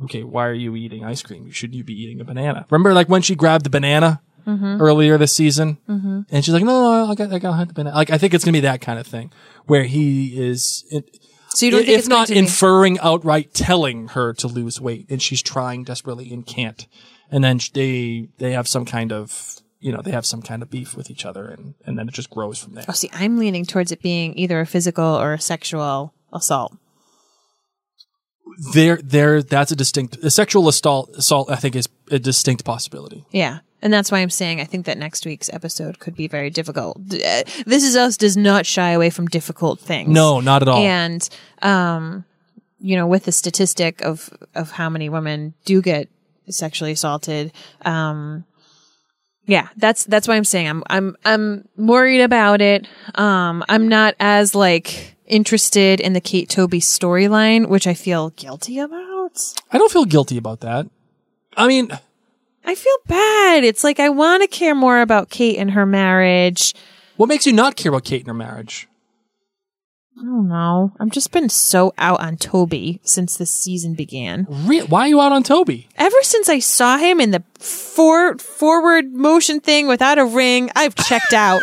S2: okay, why are you eating ice cream? Shouldn't you be eating a banana? Remember like when she grabbed the banana
S1: Mm-hmm.
S2: earlier this season, mm-hmm. and she's like, no, no, no, I got I got the banana. Like I think it's going to be that kind of thing where he is. It,
S1: So you don't think
S2: if
S1: it's going
S2: not
S1: to be-
S2: inferring outright telling her to lose weight and she's trying desperately and can't and then sh- they they have some kind of you know, they have some kind of beef with each other and, and then it just grows from there.
S1: Oh, see, I'm leaning towards it being either a physical or a sexual assault.
S2: There, there, that's a distinct, a sexual assault, assault, I think is a distinct possibility.
S1: Yeah. And that's why I'm saying I think that next week's episode could be very difficult. D- uh, This Is Us does not shy away from difficult things.
S2: No, not at all.
S1: And, um, you know, with the statistic of, of how many women do get sexually assaulted, um, yeah, that's that's why I'm saying I'm I'm I'm worried about it. Um, I'm not as like interested in the Kate Toby storyline, which I feel guilty about.
S2: I don't feel guilty about that. I mean,
S1: I feel bad. It's like I want to care more about Kate and her marriage.
S2: what makes you not care about Kate and her marriage?
S1: I don't know. I've just been so out on Toby since this season began.
S2: Re- why are you out on Toby?
S1: Ever since I saw him in the for- forward motion thing without a ring, I've checked out.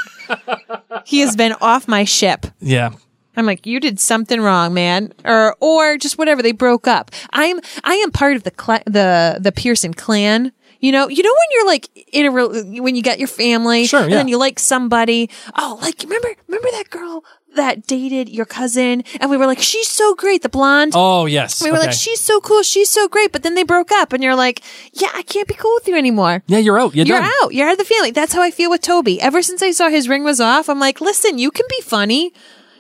S1: he has been off my ship.
S2: Yeah.
S1: I'm like, you did something wrong, man, or or just whatever. They broke up. I'm I am part of the cla the the Pearson clan. You know, you know when you're like in a re- when you got your family,
S2: Sure,
S1: and
S2: yeah.
S1: then you like somebody. Oh, like remember remember that girl that dated your cousin, and we were like, she's so great, the blonde.
S2: Oh, yes.
S1: we were like,
S2: Okay.
S1: she's so cool, she's so great, but then they broke up, and you're like, yeah, I can't be cool with you anymore.
S2: yeah, you're out. You're,
S1: You're
S2: done.
S1: out. You're out of the family. That's how I feel with Toby. Ever since I saw his ring was off, I'm like, listen, you can be funny.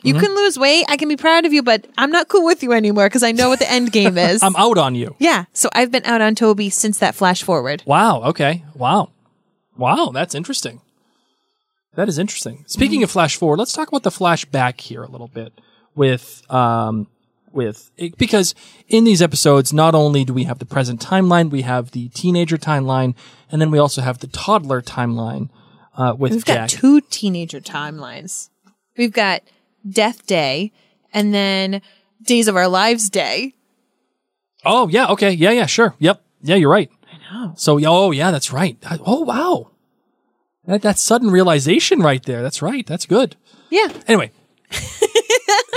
S1: You
S2: Mm-hmm.
S1: can lose weight. I can be proud of you, but I'm not cool with you anymore because I know what the end game is.
S2: I'm out on you.
S1: yeah. So I've been out on Toby since that flash forward.
S2: Wow. Okay. Wow. Wow. That's interesting. That is interesting. Speaking of flash forward, let's talk about the flashback here a little bit with um with it- because in these episodes, not only do we have the present timeline, we have the teenager timeline, and then we also have the toddler timeline uh, with
S1: We've
S2: Jack.
S1: got two teenager timelines. We've got Death Day and then Days of Our Lives Day.
S2: oh yeah. Okay. Yeah. Yeah. Sure. Yep. Yeah. You're right. I know. So oh yeah, that's right. Oh wow. That, that sudden realization right there. That's right. That's good.
S1: Yeah.
S2: Anyway,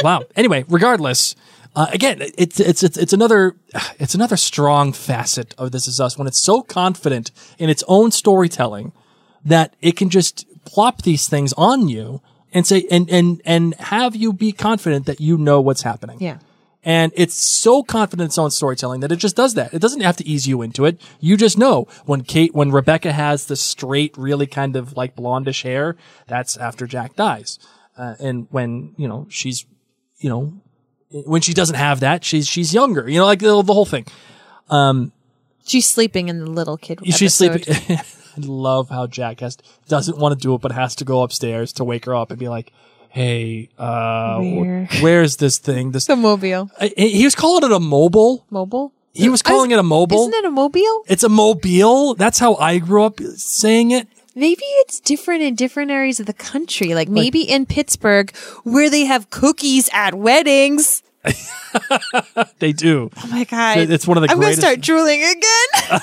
S2: wow. Anyway, regardless, uh, again, it's, it's it's it's another it's another strong facet of This Is Us when it's so confident in its own storytelling that it can just plop these things on you and say and and and have you be confident that you know what's happening.
S1: Yeah.
S2: And it's so confident in its own storytelling that it just does that. It doesn't have to ease you into it. You just know when Kate, when Rebecca has the straight, really kind of like blondish hair, that's after Jack dies. Uh, and when, you know, she's, you know, when she doesn't have that, she's, she's younger, you know, like the, the whole thing.
S1: She's sleeping in the little kid.
S2: She's
S1: episode.
S2: sleeping. I love how Jack has, doesn't want to do it, but has to go upstairs to wake her up and be like, Hey, uh,
S1: Where?
S2: where's this thing? This,
S1: The mobile.
S2: I- he was calling it a mobile.
S1: Mobile?
S2: He was calling it a mobile.
S1: Isn't it a mobile?
S2: It's a mobile. That's how I grew up saying it.
S1: Maybe it's different in different areas of the country. Like maybe in Pittsburgh, where they have cookies at weddings.
S2: They do.
S1: Oh my god!
S2: It- it's one of the
S1: I'm
S2: greatest-
S1: gonna start drooling again.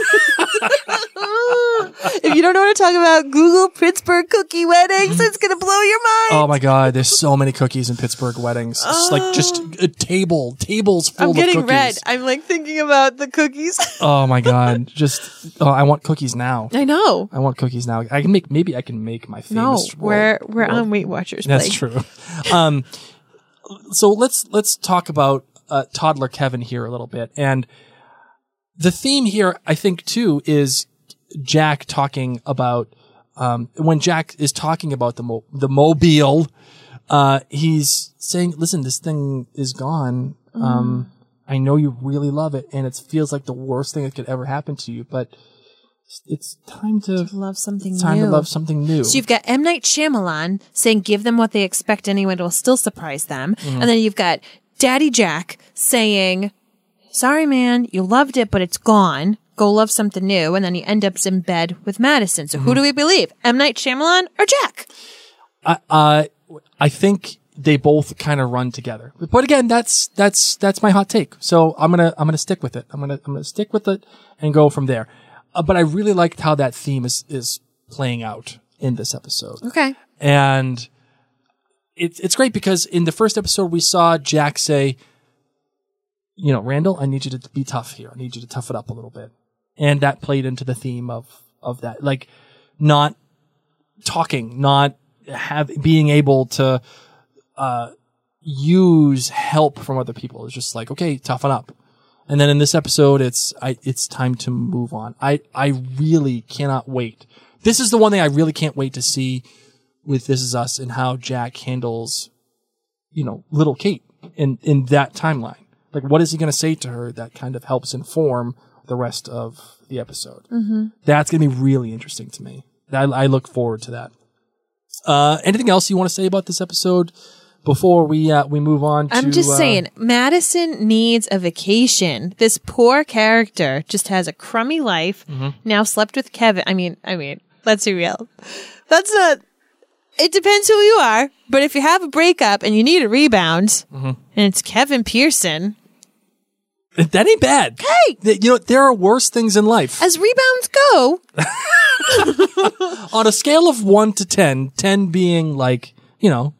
S1: if you don't know what to talk about, Google Pittsburgh cookie weddings. It's gonna blow your mind.
S2: Oh my god, there's so many cookies in Pittsburgh weddings. It's like just a table, tables full
S1: I'm
S2: of
S1: getting
S2: cookies.
S1: red. I'm like thinking about the cookies.
S2: Oh my god, just oh, I want cookies now.
S1: I know.
S2: I want cookies now. I can make maybe I can make my
S1: No,
S2: famous.
S1: we're
S2: world-
S1: we're
S2: world-
S1: on Weight Watchers.
S2: That's
S1: Blake.
S2: true. Um, so let's let's talk about uh, toddler Kevin here a little bit, and the theme here, I think, too, is Jack talking about um, when Jack is talking about the mo- the mobile. Uh, he's saying, "Listen, this thing is gone.
S1: Mm-hmm.
S2: Um, I know you really love it, and it feels like the worst thing that could ever happen to you, but." it's- It's time to
S1: Love something
S2: it's time
S1: new.
S2: to love something new.
S1: So you've got M. Night Shyamalan saying, give them what they expect anyway, it will still surprise them. And then you've got Daddy Jack saying, sorry, man, you loved it, but it's gone. Go love something new. And then he end up in bed with Madison. So who do we believe? M. Night Shyamalan or Jack?
S2: I- I I think they both kind of run together. But again, that's that's that's my hot take. So I'm gonna I'm gonna stick with it. I'm gonna I'm gonna stick with it and go from there. Uh, but I really liked how that theme is is playing out in this episode,
S1: Okay.
S2: and it's it's great because in the first episode we saw Jack say, you know, Randall, I need you to be tough here. I need you to tough it up a little bit, and that played into the theme of of that, like not talking, not have being able to uh, use help from other people. It's just like, okay, toughen up. And then in this episode, it's I, it's time to move on. I I really cannot wait. This is the one thing I really can't wait to see with This Is Us and how Jack handles, you know, little Kate in in that timeline. Like, what is he going to say to her that kind of helps inform the rest of the episode? Mm-hmm. That's going to be really interesting to me. I, I look forward to that. Uh, anything else you want to say about this episode before we uh, we move on?
S1: I'm
S2: to,
S1: just
S2: uh,
S1: saying, Madison needs a vacation. This poor character just has a crummy life.
S2: Mm-hmm.
S1: Now slept with Kevin. I mean, I mean, let's be real. That's not. It depends who you are, but if you have a breakup and you need a rebound,
S2: Mm-hmm.
S1: and it's Kevin Pearson,
S2: that ain't bad.
S1: Hey!
S2: Th- you know there are worse things in life.
S1: as rebounds go,
S2: on a scale of one to 10, 10 being like you know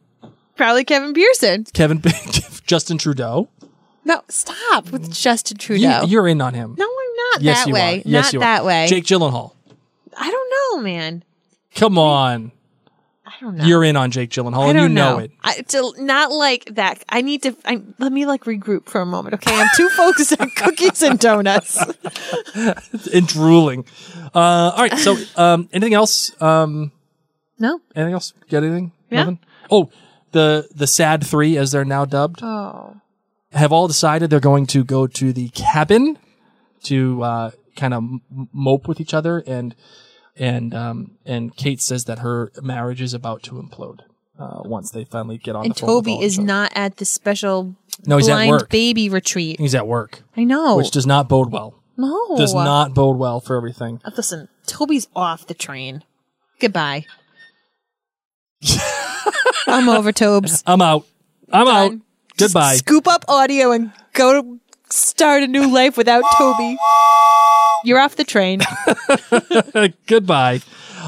S1: probably Kevin Pearson.
S2: Kevin Justin Trudeau.
S1: No, stop with Justin
S2: You,
S1: Trudeau.
S2: You're in on him.
S1: no, I'm not
S2: yes,
S1: that
S2: you
S1: way.
S2: are. Yes,
S1: not
S2: you are.
S1: that way.
S2: Jake Gyllenhaal.
S1: I don't know, man.
S2: Come on,
S1: I don't know.
S2: you're in on Jake Gyllenhaal,
S1: I
S2: and
S1: don't
S2: you know, it.
S1: I, to not like that. I need to. I, let me like regroup for a moment. Okay, I'm too focused on cookies and donuts.
S2: And drooling. Uh, all right. So, um, anything else? Um,
S1: No.
S2: anything else? Got anything?
S1: Yeah.
S2: Nothing. Oh, the the sad three, as they're now dubbed,
S1: Oh.
S2: have all decided they're going to go to the cabin to uh, kind of m- mope with each other, and and um, and Kate says that her marriage is about to implode. Uh, once they finally get on
S1: And
S2: the phone with
S1: Toby
S2: all
S1: is
S2: each other.
S1: not at the special
S2: No, he's at
S1: blind Oh.
S2: work.
S1: baby retreat.
S2: He's at work,
S1: I know.
S2: which does not bode well.
S1: no. Uh,
S2: Does not bode well for everything.
S1: Listen, Toby's off the train. Goodbye. I'm over Tobes.
S2: I'm out. I'm out.
S1: Done.
S2: Goodbye.
S1: Scoop up audio and go to start a new life without Toby. You're off the train.
S2: Goodbye.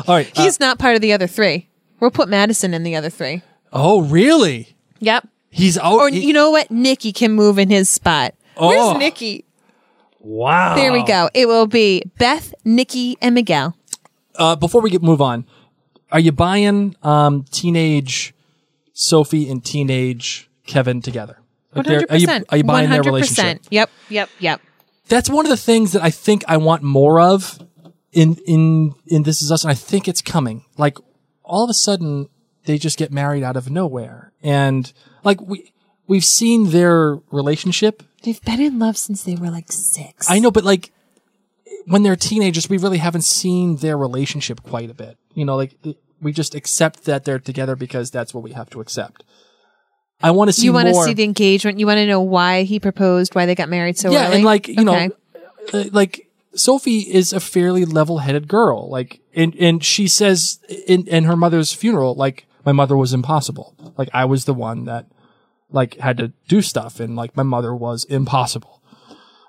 S2: All right. uh,
S1: He's not part of the other three. We'll put Madison in the other three.
S2: oh, really?
S1: Yep.
S2: He's out.
S1: Or
S2: he-
S1: Oh, you know what? Nikki can move in his spot.
S2: Oh.
S1: Where's Nikki?
S2: wow.
S1: There we go. It will be Beth, Nikki, and Miguel.
S2: Uh, before we get move on, are you buying um, teenage Sophie and teenage Kevin together?
S1: One
S2: Like they're-
S1: hundred
S2: Are you,
S1: percent.
S2: are you buying their relationship?
S1: Yep. Yep. Yep.
S2: That's one of the things that I think I want more of in in in This Is Us, and I think it's coming. Like all of a sudden, they just get married out of nowhere, and like we we've seen their relationship
S1: They've been in love since they were like six.
S2: I know, but like when they're teenagers, we really haven't seen their relationship quite a bit. You know, like we just accept that they're together because that's what we have to accept. I want to see
S1: You want to
S2: more.
S1: see the engagement. You want to know why he proposed, why they got married so
S2: yeah,
S1: early.
S2: and like you
S1: Okay.
S2: know, uh, like Sophie is a fairly level-headed girl. Like, and and she says in in her mother's funeral, like my mother was impossible. Like I was the one that like had to do stuff, and like my mother was impossible.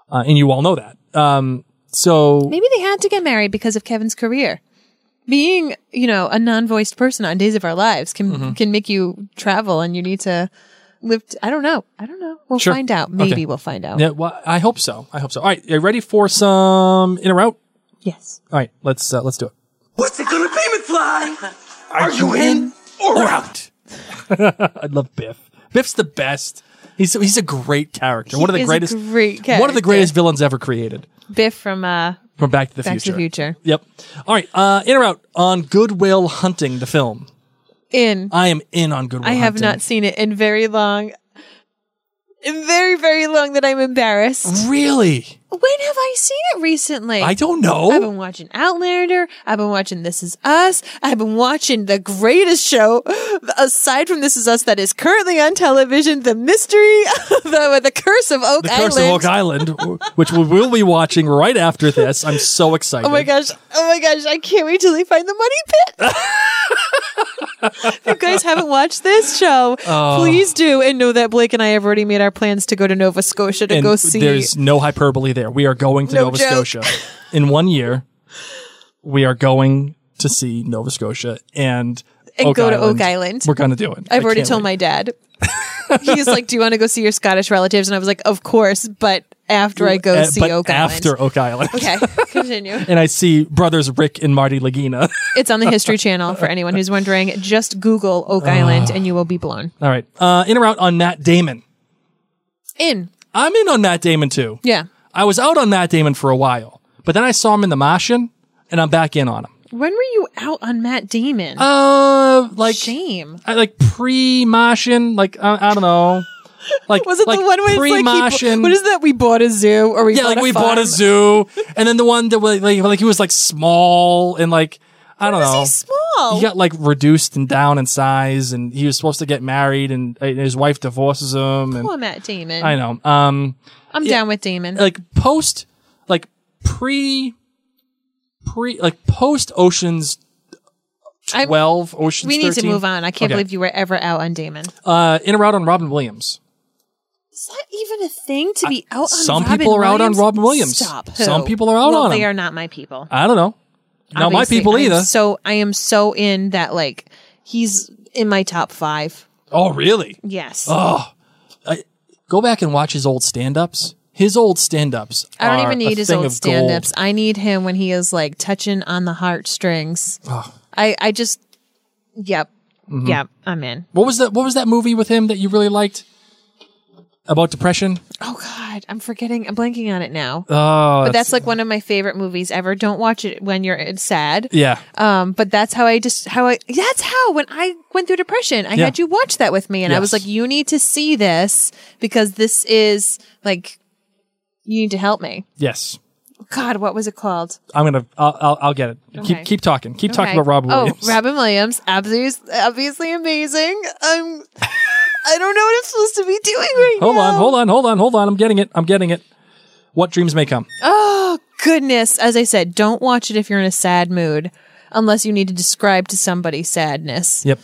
S2: Uh, and you all know that. Um, so
S1: maybe they had to get married because of Kevin's career. Being, you know, a non-voiced person on Days of Our Lives can
S2: Mm-hmm.
S1: can make you travel, and you need to live. t- I don't know. I don't know. We'll
S2: Sure.
S1: find out. Maybe
S2: Okay.
S1: we'll find out.
S2: Yeah, well, I hope so. I hope so. All right, you ready for some in or out?
S1: Yes.
S2: All right, let's uh, let's do it.
S3: What's it gonna be, McFly?
S2: Are you in or out? I love Biff. Biff's the best. He's he's a great character. one of the
S1: is a
S2: greatest.
S1: great
S2: One of the
S1: character.
S2: greatest villains ever created.
S1: Biff from uh,
S2: From Back to the
S1: Back
S2: Future.
S1: to the Future.
S2: Yep. All right, uh, in or out on Goodwill Hunting the film.
S1: In
S2: I am in on Goodwill.
S1: I have
S2: Hunting.
S1: not seen it in very long. In very very long that I'm embarrassed.
S2: Really?
S1: When have I seen it recently?
S2: Mm. I don't know.
S1: I've been watching Outlander. I've been watching This Is Us. I've been watching the greatest show aside from This Is Us that is currently on television, The Mystery, the, the Curse of Oak
S2: the
S1: Island.
S2: Curse of Oak Island, w- which we will be watching right after this. I'm so excited.
S1: Oh my gosh. Oh my gosh. I can't wait till they find the money pit. if you guys haven't watched this show,
S2: Oh.
S1: please do. And know that Blake and I have already made our plans to go to Nova Scotia to
S2: and
S1: go see.
S2: There's no hyperbole there. We are going to
S1: No
S2: Nova
S1: joke.
S2: Scotia in one year. We are going to see Nova Scotia and
S1: And
S2: Oak
S1: go to Oak
S2: Island.
S1: Island.
S2: We're going to do it.
S1: I've
S2: I
S1: already
S2: can't
S1: told
S2: wait.
S1: my dad. He's like, "Do you want to go see your Scottish relatives?" And I was like, "Of course," but after I go
S2: Uh,
S1: see
S2: but
S1: Oak Island.
S2: after Oak Island.
S1: Okay, continue.
S2: and I see brothers Rick and Marty Lagina.
S1: It's on the History Channel for anyone who's wondering. Just Google Oak Island and you will be blown.
S2: All right. Uh, in or out on Matt Damon.
S1: In.
S2: I'm in on Matt Damon too.
S1: Yeah.
S2: I was out on Matt Damon for a while, but then I saw him in The Martian, and I'm back in on him.
S1: When were you out on Matt Damon?
S2: Uh, like
S1: Shame.
S2: I, like pre-Martian, like I, I don't know. Like
S1: Was it
S2: like
S1: the one where it's like he,
S2: pre-Martian?
S1: bo- what is that? We bought a zoo or we
S2: yeah,
S1: bought
S2: like
S1: a
S2: we
S1: farm?
S2: bought a zoo, and then the one that was like, like he was like small and like I don't
S1: Why was
S2: know.
S1: he small?
S2: He got like reduced and down in size, and he was supposed to get married, and, and his wife divorces him. And
S1: Poor Matt Damon.
S2: I know. Um,
S1: I'm down with Damon.
S2: like post, like pre, pre, like post Ocean's
S1: I-
S2: twelve, Ocean's.
S1: we need
S2: 13.
S1: to move on. I can't
S2: Okay.
S1: believe you were ever out on Damon.
S2: Uh, in or out on Robin Williams.
S1: Is that even a thing to be out on?
S2: some
S1: Robin
S2: people are out on
S1: Williams?
S2: Robin Williams.
S1: Stop. Who?
S2: Some people are out
S1: Well,
S2: on
S1: They
S2: him.
S1: are not my people.
S2: I don't know. Not my
S1: Obviously,
S2: people
S1: I am
S2: either.
S1: So I am so in that like he's in my top five.
S2: oh, really?
S1: Yes.
S2: Oh, Go back and watch his old stand-ups. His old stand-ups.
S1: I don't
S2: are
S1: even
S2: uh, a
S1: need his
S2: thing
S1: old
S2: of gold.
S1: stand ups. I need him when he is like touching on the heartstrings.
S2: Oh.
S1: I, I just, yep.
S2: Mm-hmm.
S1: Yep. I'm in.
S2: What was that? What was that movie with him that you really liked about depression?
S1: Oh, God. I'm forgetting. I'm blanking on it now.
S2: Oh,
S1: but that's like one of my favorite movies ever. Don't watch it when you're uh, sad.
S2: yeah.
S1: Um, but that's how I just how I that's how when I went through depression, I
S2: Yeah.
S1: had you watch that with me, and I was
S2: Yes.
S1: like, you need to see this because this is like you need to help me.
S2: yes.
S1: God, what was it called?
S2: I'm gonna. I'll. I'll, I'll get it.
S1: Okay.
S2: Keep keep talking. Keep talking
S1: Okay.
S2: about Robin Williams.
S1: Oh, Robin Williams, obviously, obviously amazing. I'm. I don't know what I'm supposed to be doing right
S2: hold
S1: now.
S2: on. Hold on. Hold on. Hold on. I'm getting it. I'm getting it. What dreams may come.
S1: Goodness, as I said, don't watch it if you're in a sad mood, unless you need to describe to somebody sadness.
S2: Yep.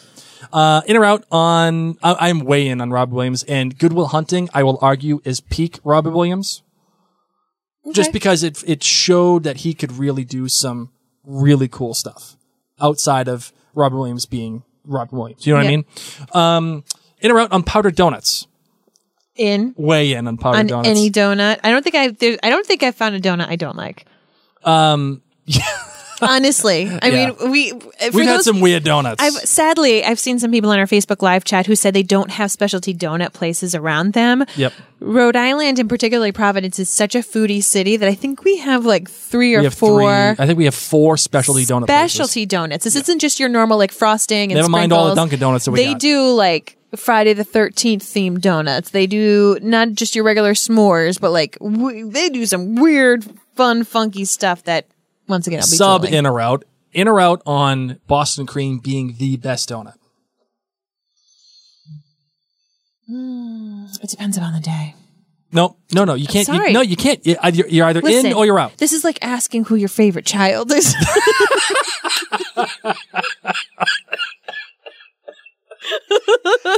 S2: Uh, in or out on, I, I'm way in on Rob Williams and Goodwill Hunting, I will argue, is peak Robin Williams. Just because it, it showed that he could really do some really cool stuff outside of Robin Williams being Robin Williams. You know what
S1: Yeah.
S2: I mean? Um, in or out on Powdered Donuts.
S1: In
S2: Way in on Powdered
S1: on
S2: Donuts.
S1: any donut, I don't think I. There, I don't think I found a donut I don't like. Um. Honestly, I
S2: Yeah.
S1: mean, we uh, for
S2: We've had
S1: those
S2: some weird donuts.
S1: I've sadly I've seen some people in our Facebook live chat who said they don't have specialty donut places around them.
S2: Yep.
S1: Rhode Island and particularly Providence is such a foodie city that I think we have like three or
S2: we have three,
S1: four
S2: I think we have four specialty donut places.
S1: specialty donuts. This isn't just your normal like frosting and
S2: Never mind all the
S1: sprinkles.
S2: Dunkin' Donuts that we
S1: They
S2: got.
S1: do like Friday the 13th themed donuts. They do not just your regular s'mores, but like w- they do some weird fun funky stuff that once again I'll be
S2: Sub
S1: drooling.
S2: in or out. In or out on Boston Cream being the best donut.
S1: It depends upon the day.
S2: No, no, no. You can't.
S1: sorry.
S2: You, no, you can't. You- either- You're, either in or you're out.
S1: This is like asking who your favorite child is.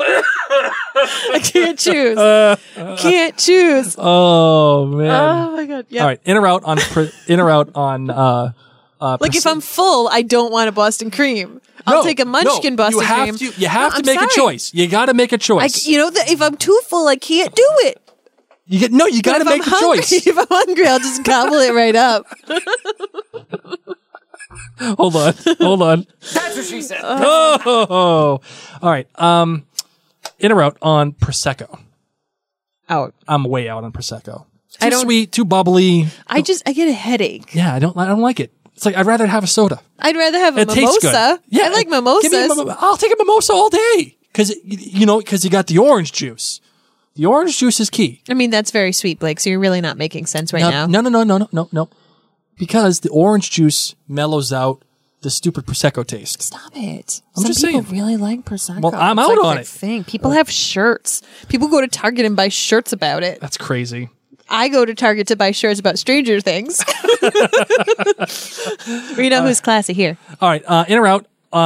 S1: I can't choose.
S2: Uh,
S1: can't choose.
S2: Oh man.
S1: oh my god. Yeah.
S2: All right, in or out on pre- in or out on. Uh, uh,
S1: Like if I'm full, I don't want a Boston cream.
S2: no,
S1: I'll take a
S2: no,
S1: munchkin Boston
S2: you have
S1: cream.
S2: To, you have
S1: No,
S2: to
S1: I'm
S2: make a
S1: sorry.
S2: choice. You got to make a
S1: I,
S2: choice.
S1: c- you know, that if I'm too full, I can't do it.
S2: you get no. You got
S1: But
S2: to
S1: if
S2: make
S1: I'm
S2: a
S1: hungry,
S2: choice.
S1: If I'm hungry, I'll just gobble it right up.
S2: hold on, hold on. That's
S1: Uh.
S2: what she said. Oh, all right. Um, in or out on prosecco.
S1: Out.
S2: I'm way out on prosecco. Too
S1: I don't-
S2: sweet, too bubbly.
S1: I just I get a headache.
S2: Yeah, I don't. I don't like it. It's like I'd rather have a soda.
S1: I'd rather have a
S2: It tastes good.
S1: mimosa.
S2: Yeah,
S1: I like
S2: give me a
S1: mimosas.
S2: mimo- I'll take a mimosa all day because you know because you got the orange juice. The orange juice is key.
S1: I mean, that's very sweet, Blake. So you're really not making sense right now.
S2: No, no, no, no, no, no, no, no, because the orange juice mellows out the stupid prosecco taste.
S1: Stop it.
S2: I'm
S1: Some
S2: just
S1: people
S2: saying.
S1: really like Prosecco.
S2: Well, I'm
S1: It's
S2: out
S1: like
S2: on
S1: their
S2: it.
S1: Thing. People have shirts. People go to Target and buy shirts about it.
S2: That's crazy.
S1: I go to Target to buy shirts about Stranger Things. we
S2: Uh,
S1: know who's classy here.
S2: All right, uh, in or out uh,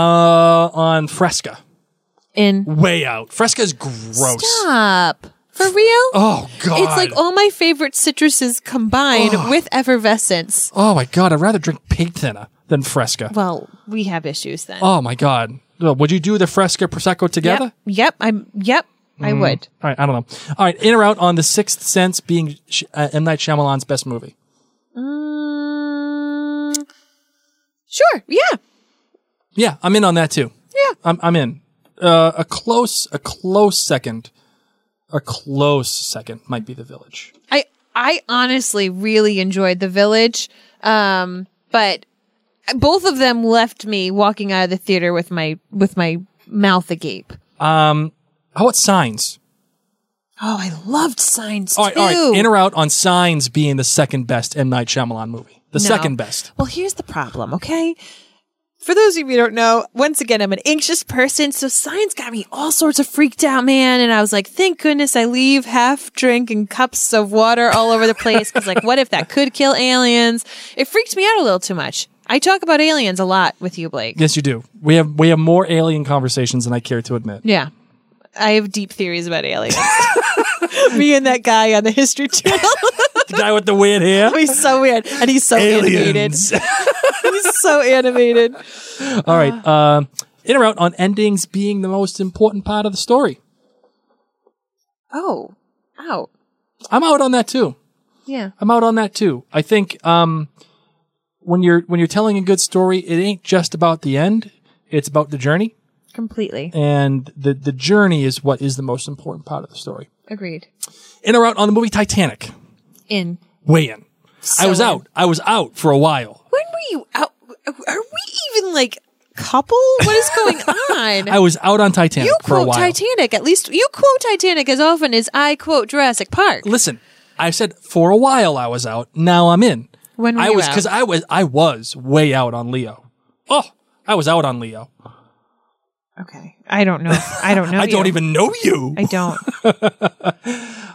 S2: on Fresca?
S1: In
S2: Way out. Fresca is gross.
S1: stop for real.
S2: Oh god.
S1: It's like all my favorite citruses combined with effervescence.
S2: oh my god. I'd rather drink pig thinner than Fresca.
S1: Well, we have issues then.
S2: oh my god. Would you do the Fresca prosecco together?
S1: Yep. Yep. I'm. Yep.
S2: Mm.
S1: I would.
S2: All right, I don't know. All right, in or out on The Sixth Sense being Sh- uh, M. Night Shyamalan's best movie?
S1: Um, sure. Yeah.
S2: Yeah, I'm in on that too.
S1: Yeah.
S2: I'm, I'm in. Uh, a close, a close second, a close second might be The Village.
S1: I I honestly really enjoyed The Village, um, but both of them left me walking out of the theater with my with my mouth agape.
S2: Um, how about Signs?
S1: Oh, I loved Signs
S2: All right,
S1: too.
S2: all right, in or out on Signs being the second best M. Night Shyamalan movie. The
S1: No.
S2: second best.
S1: Well, here's the problem, okay? For those of you who don't know, once again, I'm an anxious person, so signs got me all sorts of freaked out, man. And I was like, thank goodness I leave half drink and cups of water all over the place. Cause like, what if that could kill aliens? It freaked me out a little too much. I talk about aliens a lot with you, Blake.
S2: Yes, you do. We have we have more alien conversations than I care to admit.
S1: Yeah. I have deep theories about aliens. me and that guy on the History Channel.
S2: the guy with the weird hair.
S1: he's so weird. And he's so animated.
S2: Aliens.
S1: He's so animated.
S2: All right. Um, in or out on endings being the most important part of the story.
S1: Oh. Ow.
S2: I'm out on that too.
S1: Yeah.
S2: I'm out on that too. I think um, when you're when you're telling a good story, it ain't just about the end. It's about the journey,
S1: Completely.
S2: and the the journey is what is the most important part of the story.
S1: Agreed.
S2: In or out on the movie Titanic?
S1: In.
S2: Way in. I was
S1: in.
S2: out. I was out for a while.
S1: When were you out? Are we even like couple? What is going on?
S2: I was out on Titanic
S1: you
S2: for a
S1: quote
S2: while.
S1: Titanic, at least you quote Titanic as often as I quote Jurassic Park.
S2: listen, I said for a while I was out. Now I'm in.
S1: When were
S2: I
S1: you
S2: was
S1: out?
S2: because I was I was way out on Leo. Oh, I was out on Leo.
S1: Okay, I don't know. I don't know.
S2: I don't
S1: you.
S2: even know you.
S1: I don't.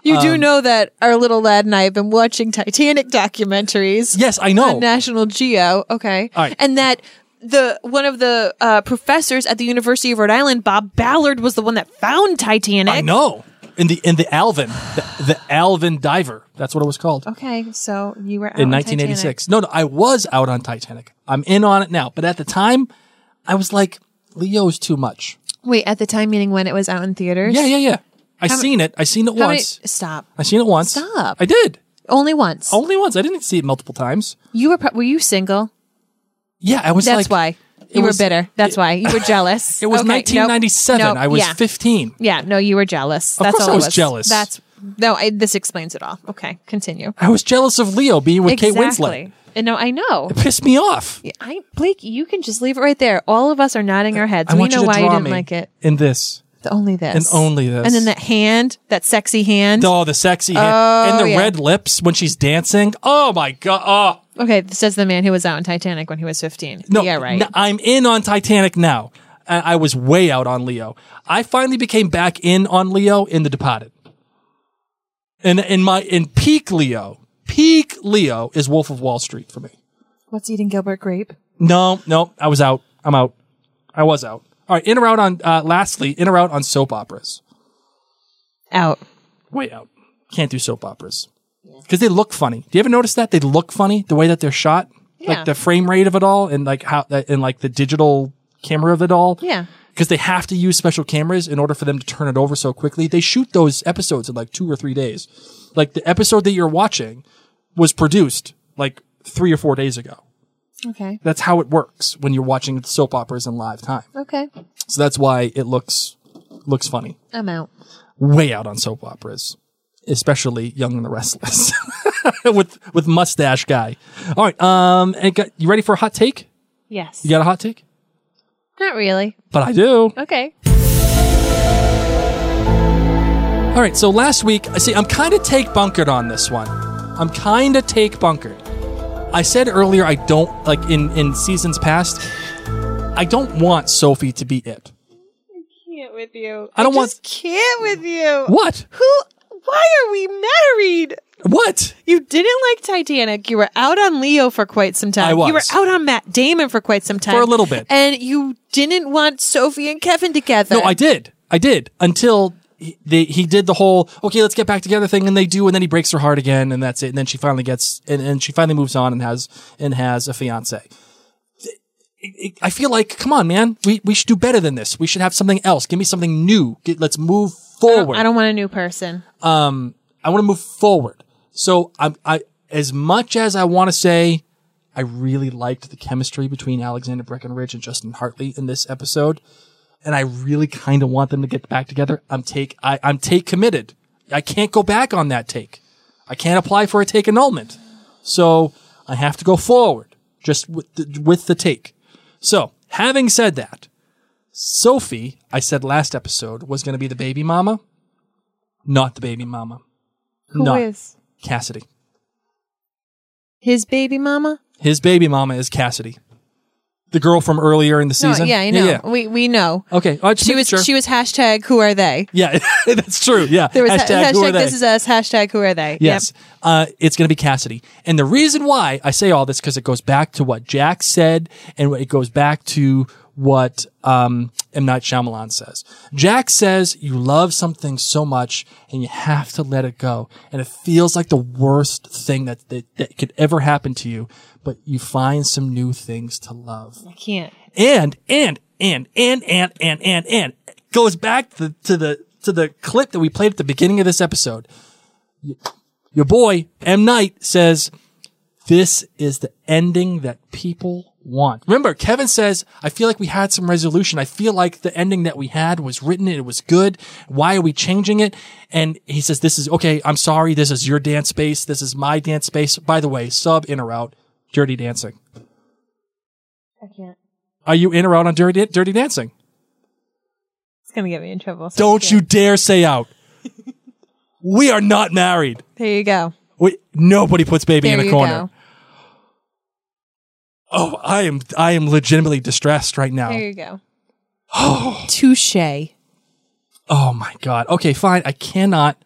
S1: you
S2: Um,
S1: do know that our little lad and I have been watching Titanic documentaries.
S2: yes, I know.
S1: on National Geo. Okay,
S2: Oh. All right.
S1: and that the one of the uh, professors at the University of Rhode Island, Bob Ballard, was the one that found Titanic.
S2: I know. In the in the Alvin, the, the Alvin diver. That's what it was called.
S1: Okay, so you were out Oh, on
S2: in 1986. No, no, I was out on Titanic. I'm in on it now. But at the time, I was like, Leo's too much.
S1: Titanic. Wait, at the time meaning when it was out in theaters?
S2: Yeah, yeah, yeah. I
S1: How-
S2: seen it. I seen it
S1: How many-
S2: once.
S1: stop.
S2: I seen it once.
S1: Stop.
S2: I did.
S1: Only once.
S2: Only once. I didn't see it multiple times.
S1: You were pro- were you single?
S2: Yeah, I was
S1: That's
S2: like,
S1: why. You
S2: was-
S1: were bitter. That's why. You were jealous.
S2: It was
S1: Okay, nope,
S2: 1997.
S1: nope,
S2: I was
S1: yeah.
S2: 15.
S1: Yeah, no, you were jealous. That's
S2: course
S1: all
S2: I
S1: it
S2: was jealous.
S1: That's no, I, this explains it all. Okay, continue.
S2: I was jealous of Leo being with
S1: exactly.
S2: Kate Winslet.
S1: And no, I know.
S2: Pissed me off.
S1: I Blake, you can just leave it right there. All of us are nodding our heads.
S2: I
S1: we
S2: want
S1: know
S2: you to
S1: why you
S2: draw
S1: didn't
S2: me
S1: like it.
S2: in this.
S1: The only this.
S2: And only this.
S1: And then that hand, that sexy hand.
S2: Oh, the sexy hand and the
S1: Oh, yeah.
S2: red lips when she's dancing. Oh my god! Oh
S1: Okay, says the man who was out in Titanic when he was 15.
S2: no,
S1: yeah, right.
S2: n- I'm in on Titanic now. I-, I was way out on Leo. I finally became back in on Leo in The Departed. And in my in peak Leo, peak Leo is Wolf of Wall Street for me.
S1: What's eating Gilbert Grape?
S2: No, no, I was out. I'm out. I was out. All right, in or out on. Uh, lastly, in or out on soap operas.
S1: Out.
S2: Way out. uh, Can't do soap operas because they look funny. Do you ever notice that they look funny the way that they're shot,
S1: Yeah.
S2: like the frame rate of it all, and like how uh, and like the digital camera of it all.
S1: Yeah.
S2: Because they have to use special cameras in order for them to turn it over so quickly. They shoot those episodes in like two or three days. Like the episode that you're watching was produced like three or four days ago.
S1: Okay.
S2: That's how it works when you're watching soap operas in live time.
S1: Okay.
S2: So that's why it looks looks funny.
S1: I'm out.
S2: Way out on soap operas, especially Young and the Restless with with mustache guy. All right, um, and got, you ready for a hot take?
S1: Yes.
S2: You got a hot take?
S1: Not really.
S2: But I do.
S1: Okay.
S2: All right, so last week, I see I'm kind of take bunkered on this one. I'm kind of take bunkered. I said earlier I don't like in in seasons past. I don't want Sophie to be it.
S1: Can't with you.
S2: I don't want-
S1: just can't with you.
S2: What?
S1: Who? Why are we married?
S2: What?
S1: You didn't like Titanic. You were out on Leo for quite some time.
S2: I was.
S1: You were out on Matt Damon for quite some time.
S2: For a little bit.
S1: And you didn't want Sophie and Kevin together.
S2: No, I did. I did until he, they, he did the whole okay, let's get back together thing, and they do, and then he breaks her heart again, and that's it. And then she finally gets, and, and she finally moves on and has and has a fiance. it- it- I feel like, come on, man, we, we should do better than this. We should have something else. Give me something new. Get, let's move forward.
S1: I don't want a new person.
S2: I want to move forward. So I'm, I, as much as I want to say, I really liked the chemistry between Alexander Breckenridge and Justin Hartley in this episode, and I really kind of want them to get back together. I'm take, I, I'm take committed. I can't go back on that take. I can't apply for a take annulment. So I have to go forward just with the, with the take. So having said that, Sophie, I said last episode was going to be the baby mama, not the baby mama.
S1: Who is
S2: No. Cassidy.
S1: his baby mama?
S2: His baby mama is Cassidy, the girl from earlier in the
S1: No,
S2: season.
S1: yeah, I know.
S2: Yeah, yeah.
S1: We we know.
S2: Okay, Oh, I just
S1: She
S2: making
S1: was
S2: sure.
S1: she was hashtag who are they?
S2: yeah, that's true. Yeah,
S1: There was ha-
S2: hashtag,
S1: hashtag,
S2: who are they?
S1: this is us, hashtag who are they. Yep.
S2: Yes. Uh, it's going to be Cassidy. And the reason why I say all this, because it goes back to what Jack said and it goes back to what, um, M. Night Shyamalan says. Jack says you love something so much and you have to let it go. And it feels like the worst thing that, that, that could ever happen to you, but you find some new things to love
S1: I can't.
S2: and and and and and and and and It goes back to, to the to the clip that we played at the beginning of this episode. Your boy M Knight says, "This is the ending that people want." Remember, Kevin says, "I feel like we had some resolution. I feel like the ending that we had was written. It was good. Why are we changing it?" And he says, "This is okay. I'm sorry. This is your dance space. This is my dance space. By the way, sub in or out, Dirty Dancing."
S1: I can't.
S2: Are you in or out on Dirty Dirty Dancing?
S1: It's gonna get me in trouble. so I
S2: Don't
S1: can't.
S2: you dare say out. we are not married.
S1: There you go.
S2: We, nobody puts baby
S1: There
S2: in a
S1: you
S2: corner.
S1: go.
S2: Oh, I am I am legitimately distressed right now.
S1: There you go. Touche.
S2: Oh my god. Okay, fine. I cannot.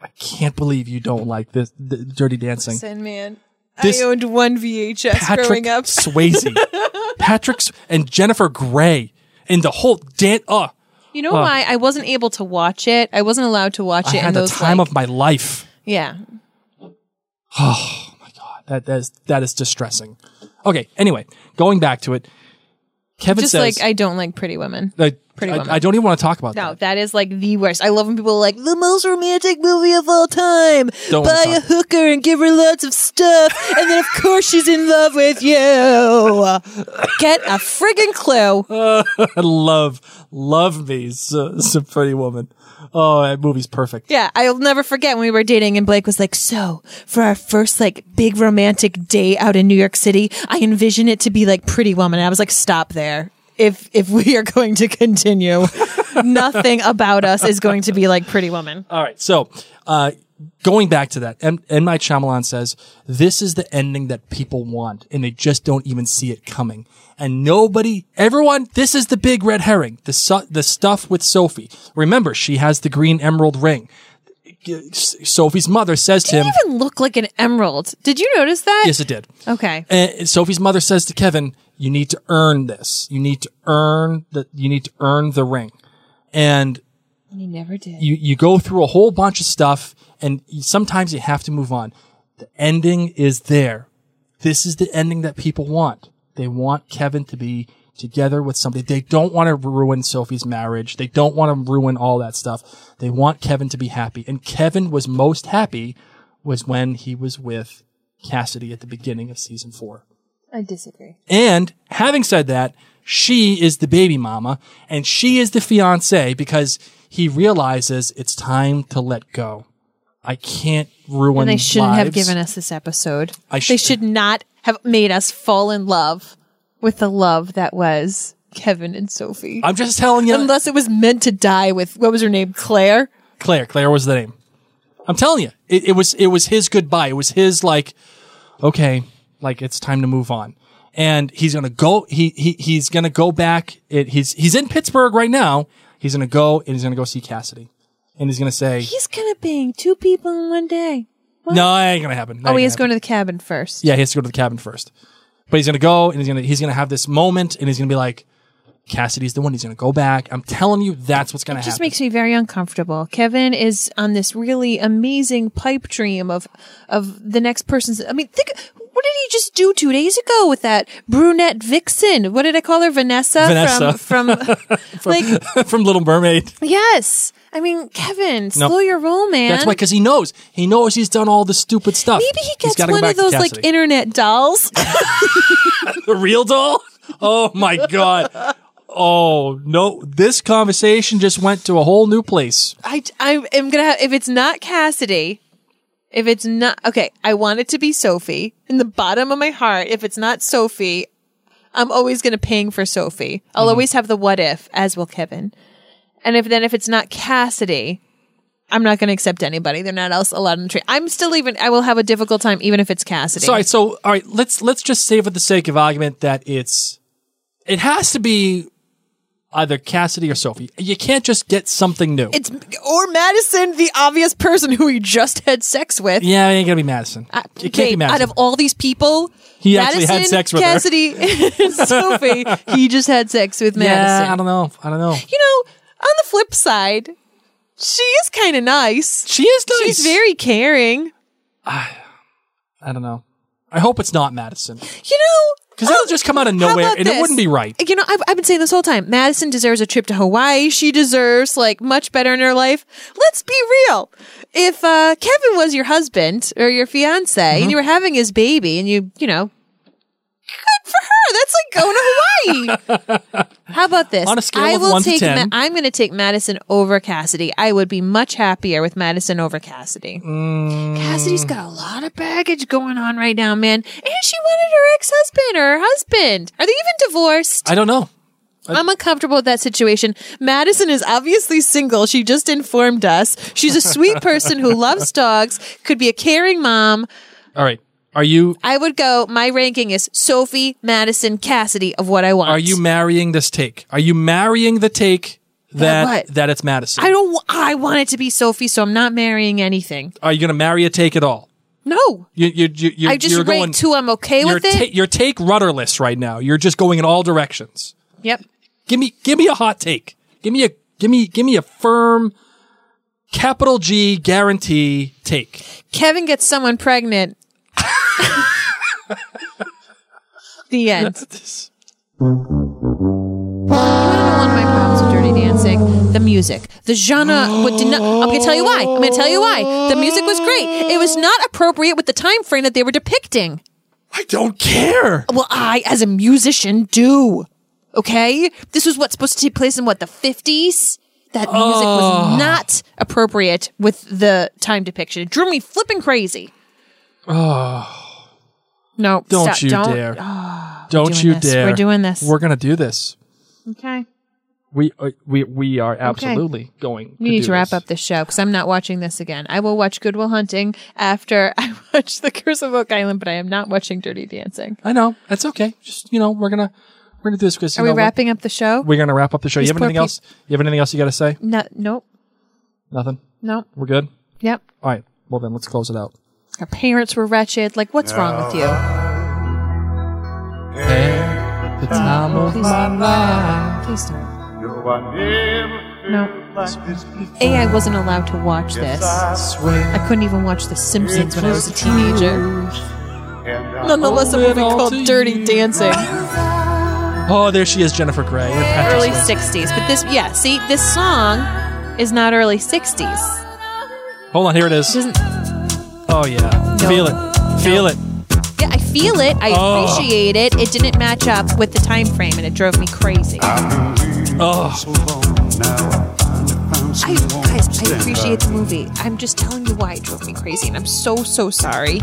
S2: I can't believe you don't like this the Dirty Dancing.
S1: Sin man.
S2: This-
S1: I owned one VHS
S2: Patrick
S1: growing up.
S2: Swayze, Patrick's and Jennifer Grey, and the whole dance. Oh,
S1: You know
S2: Wow.
S1: why I wasn't able to watch it? I wasn't allowed to watch
S2: I
S1: it in
S2: had the
S1: those
S2: time
S1: like,
S2: of my life.
S1: Yeah.
S2: That that is that is distressing. Okay. Anyway, going back to it, Kevin
S1: Just
S2: says
S1: like I don't like pretty women.
S2: Like,
S1: Pretty
S2: I,
S1: Woman.
S2: I don't even want to talk about
S1: No,
S2: that.
S1: that is like the worst. I love when people are like the most romantic movie of all time.
S2: Don't wanna
S1: Buy a
S2: talk-
S1: hooker and give her lots of stuff, and then of course she's in love with you. Get a friggin' clue.
S2: I love, love me, so, so pretty woman. Oh, that movie's perfect.
S1: Yeah, I'll never forget when we were dating and Blake was like, "So, for our first like big romantic day out in New York City, I envision it to be like Pretty Woman." And I was like, "Stop there. If if we are going to continue, nothing about us is going to be like Pretty Woman."
S2: All right. So, uh, going back to that, M. M. Night Shyamalan says, this is the ending that people want and they just don't even see it coming. And nobody, everyone, this is the big red herring, the, su- the stuff with Sophie. Remember, she has the green emerald ring. Sophie's mother says to him,
S1: It even look like an emerald. Did you notice that?
S2: yes, it did.
S1: Okay.
S2: And Sophie's mother says to Kevin, "You need to earn this. You need to earn the. You need to earn the ring." And
S1: You never did.
S2: you you go through a whole bunch of stuff, and you, sometimes you have to move on. The ending is there. This is the ending that people want. They want Kevin to be together with somebody. They don't want to ruin Sophie's marriage. They don't want to ruin all that stuff. They want Kevin to be happy. And Kevin was most happy was when he was with Cassidy at the beginning of season four.
S1: I disagree.
S2: And having said that, she is the baby mama and she is the fiance because he realizes it's time to let go. I can't ruin.
S1: And they shouldn't have
S2: lives.
S1: given us this episode.
S2: I
S1: they
S2: should-
S1: should not have made us fall in love with the love that was Kevin and Sophie.
S2: I'm just telling you,
S1: Unless it was meant to die with what was her name, Claire.
S2: Claire. Claire was the name. I'm telling you, it, it was it was his goodbye. It was his like, okay, like it's time to move on. And he's gonna go. He he he's gonna go back. It, he's he's in Pittsburgh right now. He's gonna go and he's gonna go see Cassidy, and he's gonna say,
S1: He's gonna bang two people in one day.
S2: "No, that ain't gonna happen." That
S1: Oh,
S2: ain't
S1: he
S2: gonna
S1: is
S2: happen.
S1: going to the cabin first.
S2: Yeah, he has to go to the cabin first. But he's gonna go and he's gonna he's gonna have this moment and he's gonna be like, Cassidy's the one. He's gonna go back. I'm telling you, that's what's gonna
S1: It just
S2: happen.
S1: makes me very uncomfortable. Kevin is on this really amazing pipe dream of of the next person's. I mean, think what did he just do two days ago with that brunette vixen? What did I call her? Vanessa,
S2: Vanessa.
S1: from from like
S2: from Little Mermaid.
S1: yes. I mean, Kevin, slow your roll, man.
S2: That's why, because he knows. He knows he's done all the stupid stuff.
S1: Maybe he
S2: He's
S1: gets
S2: gotta go
S1: one
S2: back
S1: of
S2: to
S1: those like
S2: Cassidy.
S1: internet dolls.
S2: the real doll. Oh my god. Oh no! This conversation just went to a whole new place.
S1: I I am gonna have if it's not Cassidy, if it's not okay, I want it to be Sophie. In the bottom of my heart, if it's not Sophie, I'm always gonna ping for Sophie. I'll always have the what if, as will Kevin. And if then if it's not Cassidy, I'm not gonna accept anybody. They're not else allowed in the tree. I'm still even I will have a difficult time even if it's Cassidy.
S2: Sorry. So all right, let's let's just say for the sake of argument that it's it has to be either Cassidy or Sophie. You can't just get something new.
S1: It's or Madison, the obvious person who he just had sex with.
S2: yeah, it ain't gonna be Madison. it can't be
S1: Uh, Wait,
S2: Madison.
S1: Out of all these people,
S2: He
S1: Madison,
S2: actually had sex with her.
S1: Cassidy, and Sophie. He just had sex with Madison.
S2: yeah, I don't know. I don't know.
S1: You know, on the flip side, she is kind of nice.
S2: She is nice.
S1: She's very caring.
S2: I don't know. I hope it's not Madison
S1: You know, oh,
S2: because that'll just come out of
S1: how
S2: nowhere
S1: about
S2: and
S1: this?
S2: it wouldn't be right.
S1: You know, I've, I've been saying this whole time. Madison deserves a trip to Hawaii. She deserves like much better in her life. Let's be real. If uh, Kevin was your husband or your fiance
S2: Mm-hmm.
S1: and you were having his baby and you, you know, good for her. That's like going to Hawaii. How about this?
S2: On a scale
S1: I
S2: of
S1: will
S2: one to
S1: take
S2: 10.
S1: I'm going to take Madison over Cassidy. I would be much happier with Madison over Cassidy.
S2: Mm.
S1: Cassidy's got a lot of baggage going on right now, man. And she wanted her ex-husband or her husband. Are they even divorced?
S2: I don't know.
S1: I'm uncomfortable with that situation. Madison is obviously single. She just informed us. She's a sweet person who loves dogs, could be a caring mom.
S2: All right. Are you
S1: I would go, my ranking is Sophie, Madison, Cassidy of what I want.
S2: Are you marrying this take? Are you marrying the take that
S1: what?
S2: that it's Madison?
S1: I don't, w- I want it to be Sophie, so I'm not marrying anything.
S2: Are you going to marry a take at all?
S1: No.
S2: You, you, you, you,
S1: I just
S2: you're
S1: rank
S2: going
S1: two. I'm okay
S2: your
S1: with it.
S2: ta- your take rudderless right now. You're just going in all directions.
S1: yep.
S2: Give me give me a hot take. Give me a give me give me a firm capital G guarantee take.
S1: Kevin gets someone pregnant. the end.
S2: This-
S1: One of my problems with Dirty Dancing, the music, the genre. What did not, I'm gonna tell you why. I'm gonna tell you why. The music was great. It was not appropriate with the time frame that they were depicting.
S2: I don't care.
S1: Well, I, as a musician, do. Okay? This was what's supposed to take place in what, the 50s? That music was not appropriate with the time depiction. It drew me flipping crazy. Oh. No,
S2: Don't
S1: stop.
S2: you
S1: don't.
S2: dare. don't
S1: doing
S2: you
S1: this.
S2: dare.
S1: We're doing this.
S2: We're going to do this.
S1: Okay.
S2: We uh, we we are absolutely going
S1: We
S2: to
S1: need
S2: do
S1: to wrap
S2: this.
S1: up this show because I'm not watching this again. I will watch Goodwill Hunting after I watch The Curse of Oak Island, but I am not watching Dirty Dancing.
S2: I know. That's okay. Just you know, we're gonna we're gonna do this because
S1: Are we wrapping up the show?
S2: We're gonna wrap up the show.
S1: These
S2: you have
S1: poor
S2: anything else? You have anything else you gotta say?
S1: no, nope.
S2: Nothing.
S1: Nope.
S2: We're good.
S1: Yep.
S2: All right. Well then, let's close it out.
S1: Our parents were wretched. Like, what's wrong with you?
S2: And the time of my life.
S1: Please don't. No. A, I wasn't allowed to watch this. I couldn't even watch The Simpsons when I was a teenager. Nonetheless, a movie
S2: it all
S1: called
S2: to
S1: Dirty
S2: you.
S1: Dancing.
S2: Oh, there she is, Jennifer Grey. And Patrick
S1: early
S2: Swayze.
S1: 60s. But this, yeah, see, this song is not early 60s.
S2: Hold on, here it
S1: It
S2: is.
S1: doesn't,
S2: Oh yeah,
S1: No.
S2: feel it, feel it.
S1: yeah, I feel it. I
S2: Oh.
S1: appreciate it. It didn't match up with the time frame and it drove me crazy.
S2: Oh,
S1: I, guys, I appreciate the movie. I'm just telling you why it drove me crazy, and I'm so so sorry.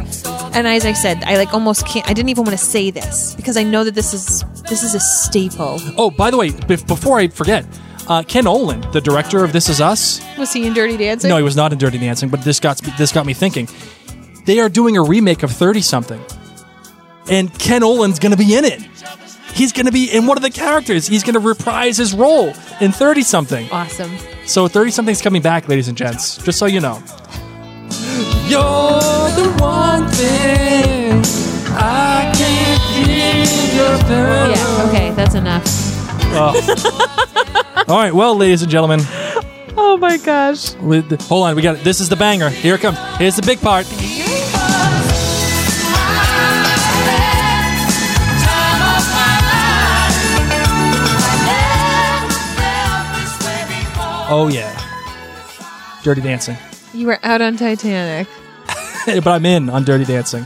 S1: And as I said, I like almost can't. I didn't even want to say this because I know that this is this is a staple.
S2: oh. By the way, bef- before I forget, uh, Ken Olin, the director of This Is Us.
S1: Was he in Dirty Dancing?
S2: No, he was not in Dirty Dancing, but this got this got me thinking. They are doing a remake of Thirty Something, and Ken Olin's going to be in it. He's going to be in one of the characters. He's going to reprise his role in Thirty Something.
S1: awesome.
S2: So Thirty Something's coming back, ladies and gents. Just so you know. You're the one thing I can't give your
S1: Yeah. Okay, that's enough.
S2: All right, well, ladies and gentlemen,
S1: Oh my gosh.
S2: with the- hold on, we got it. This is the banger. Here it comes. Here's the big part.
S6: I
S2: Oh yeah, Dirty Dancing.
S1: You were out on Titanic.
S2: but I'm in on Dirty Dancing.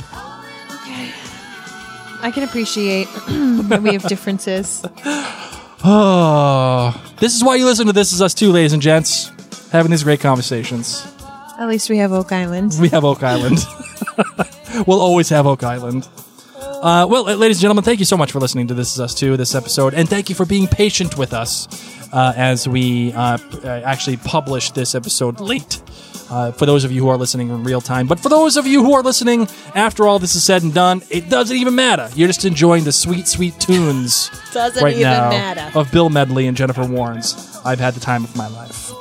S1: I can appreciate that we have differences.
S2: Oh, this is why you listen to This Is Us too, ladies and gents. Having these great conversations.
S1: At least we have Oak Island.
S2: We have Oak Island. we'll always have Oak Island. Uh, well, uh, ladies and gentlemen, thank you so much for listening to This Is Us Too, this episode, and thank you for being patient with us uh, as we uh, p- uh, actually publish this episode late. Uh, for those of you who are listening in real time, but for those of you who are listening after all this is said and done, it doesn't even matter. You're just enjoying the sweet, sweet tunes
S1: Doesn't
S2: right
S1: even
S2: now
S1: matter.
S2: of Bill Medley and Jennifer Warrens. I've had the time of my life.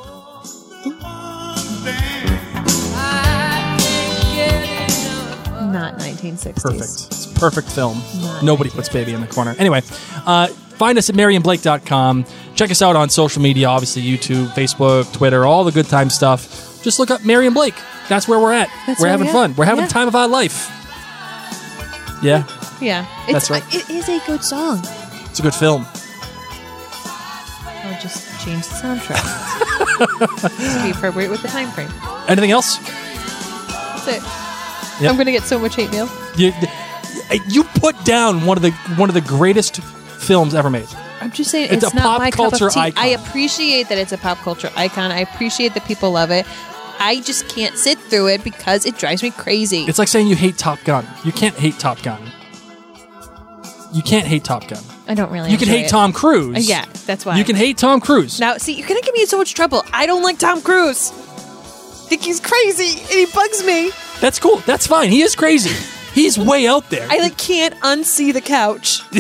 S1: Not 1960s.
S2: Perfect. It's a perfect film. Nobody puts baby in the corner. Anyway, uh, find us at marianblake.com. Check us out on social media, obviously YouTube, Facebook, Twitter, all the good time stuff. Just look up Marian Blake. That's where we're at.
S1: That's
S2: we're
S1: where
S2: having
S1: we are.
S2: fun. We're having
S1: Yeah.
S2: the time of our life. Yeah,
S1: Yeah. It's,
S2: That's right.
S1: It is a good song.
S2: it's a good film.
S1: I'll just change the soundtrack to be appropriate with the time frame.
S2: Anything else?
S1: That's it.
S2: Yep.
S1: I'm going to get so much hate mail.
S2: You, you put down one of the one of the greatest films ever made.
S1: I'm just saying
S2: It's
S1: it's,
S2: a
S1: not
S2: pop
S1: my cup
S2: culture
S1: of tea.
S2: icon.
S1: I appreciate that it's a pop culture icon. I appreciate that people love it. I just can't sit through it because it drives me crazy.
S2: It's like saying you hate Top Gun. You can't hate Top Gun. You can't hate Top Gun.
S1: I don't really.
S2: You can
S1: enjoy
S2: hate
S1: it.
S2: Tom Cruise.
S1: Uh, Yeah, that's why.
S2: You can hate Tom Cruise.
S1: Now, see, you're gonna get me in so much trouble. I don't like Tom Cruise. Think he's crazy and he bugs me.
S2: That's cool. That's fine. He is crazy. He's way out there.
S1: I like can't unsee the couch.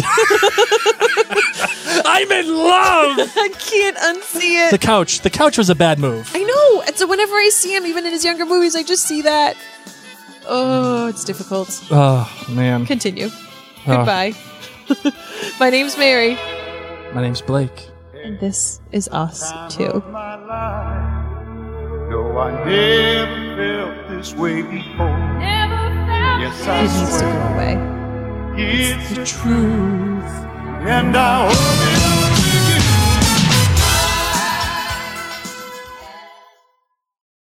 S2: I'm in love.
S1: I can't unsee
S2: the
S1: it.
S2: couch. The couch was a bad move.
S1: I know. And so whenever I see him, even in his younger movies, I just see that. Oh, it's difficult.
S2: Oh man.
S1: Continue. Goodbye. My name's Mary.
S2: My name's Blake.
S1: And this is us too.
S5: No, I never felt this way before. Yes,
S1: It needs to
S5: I
S1: go away.
S5: swear it's the truth, and I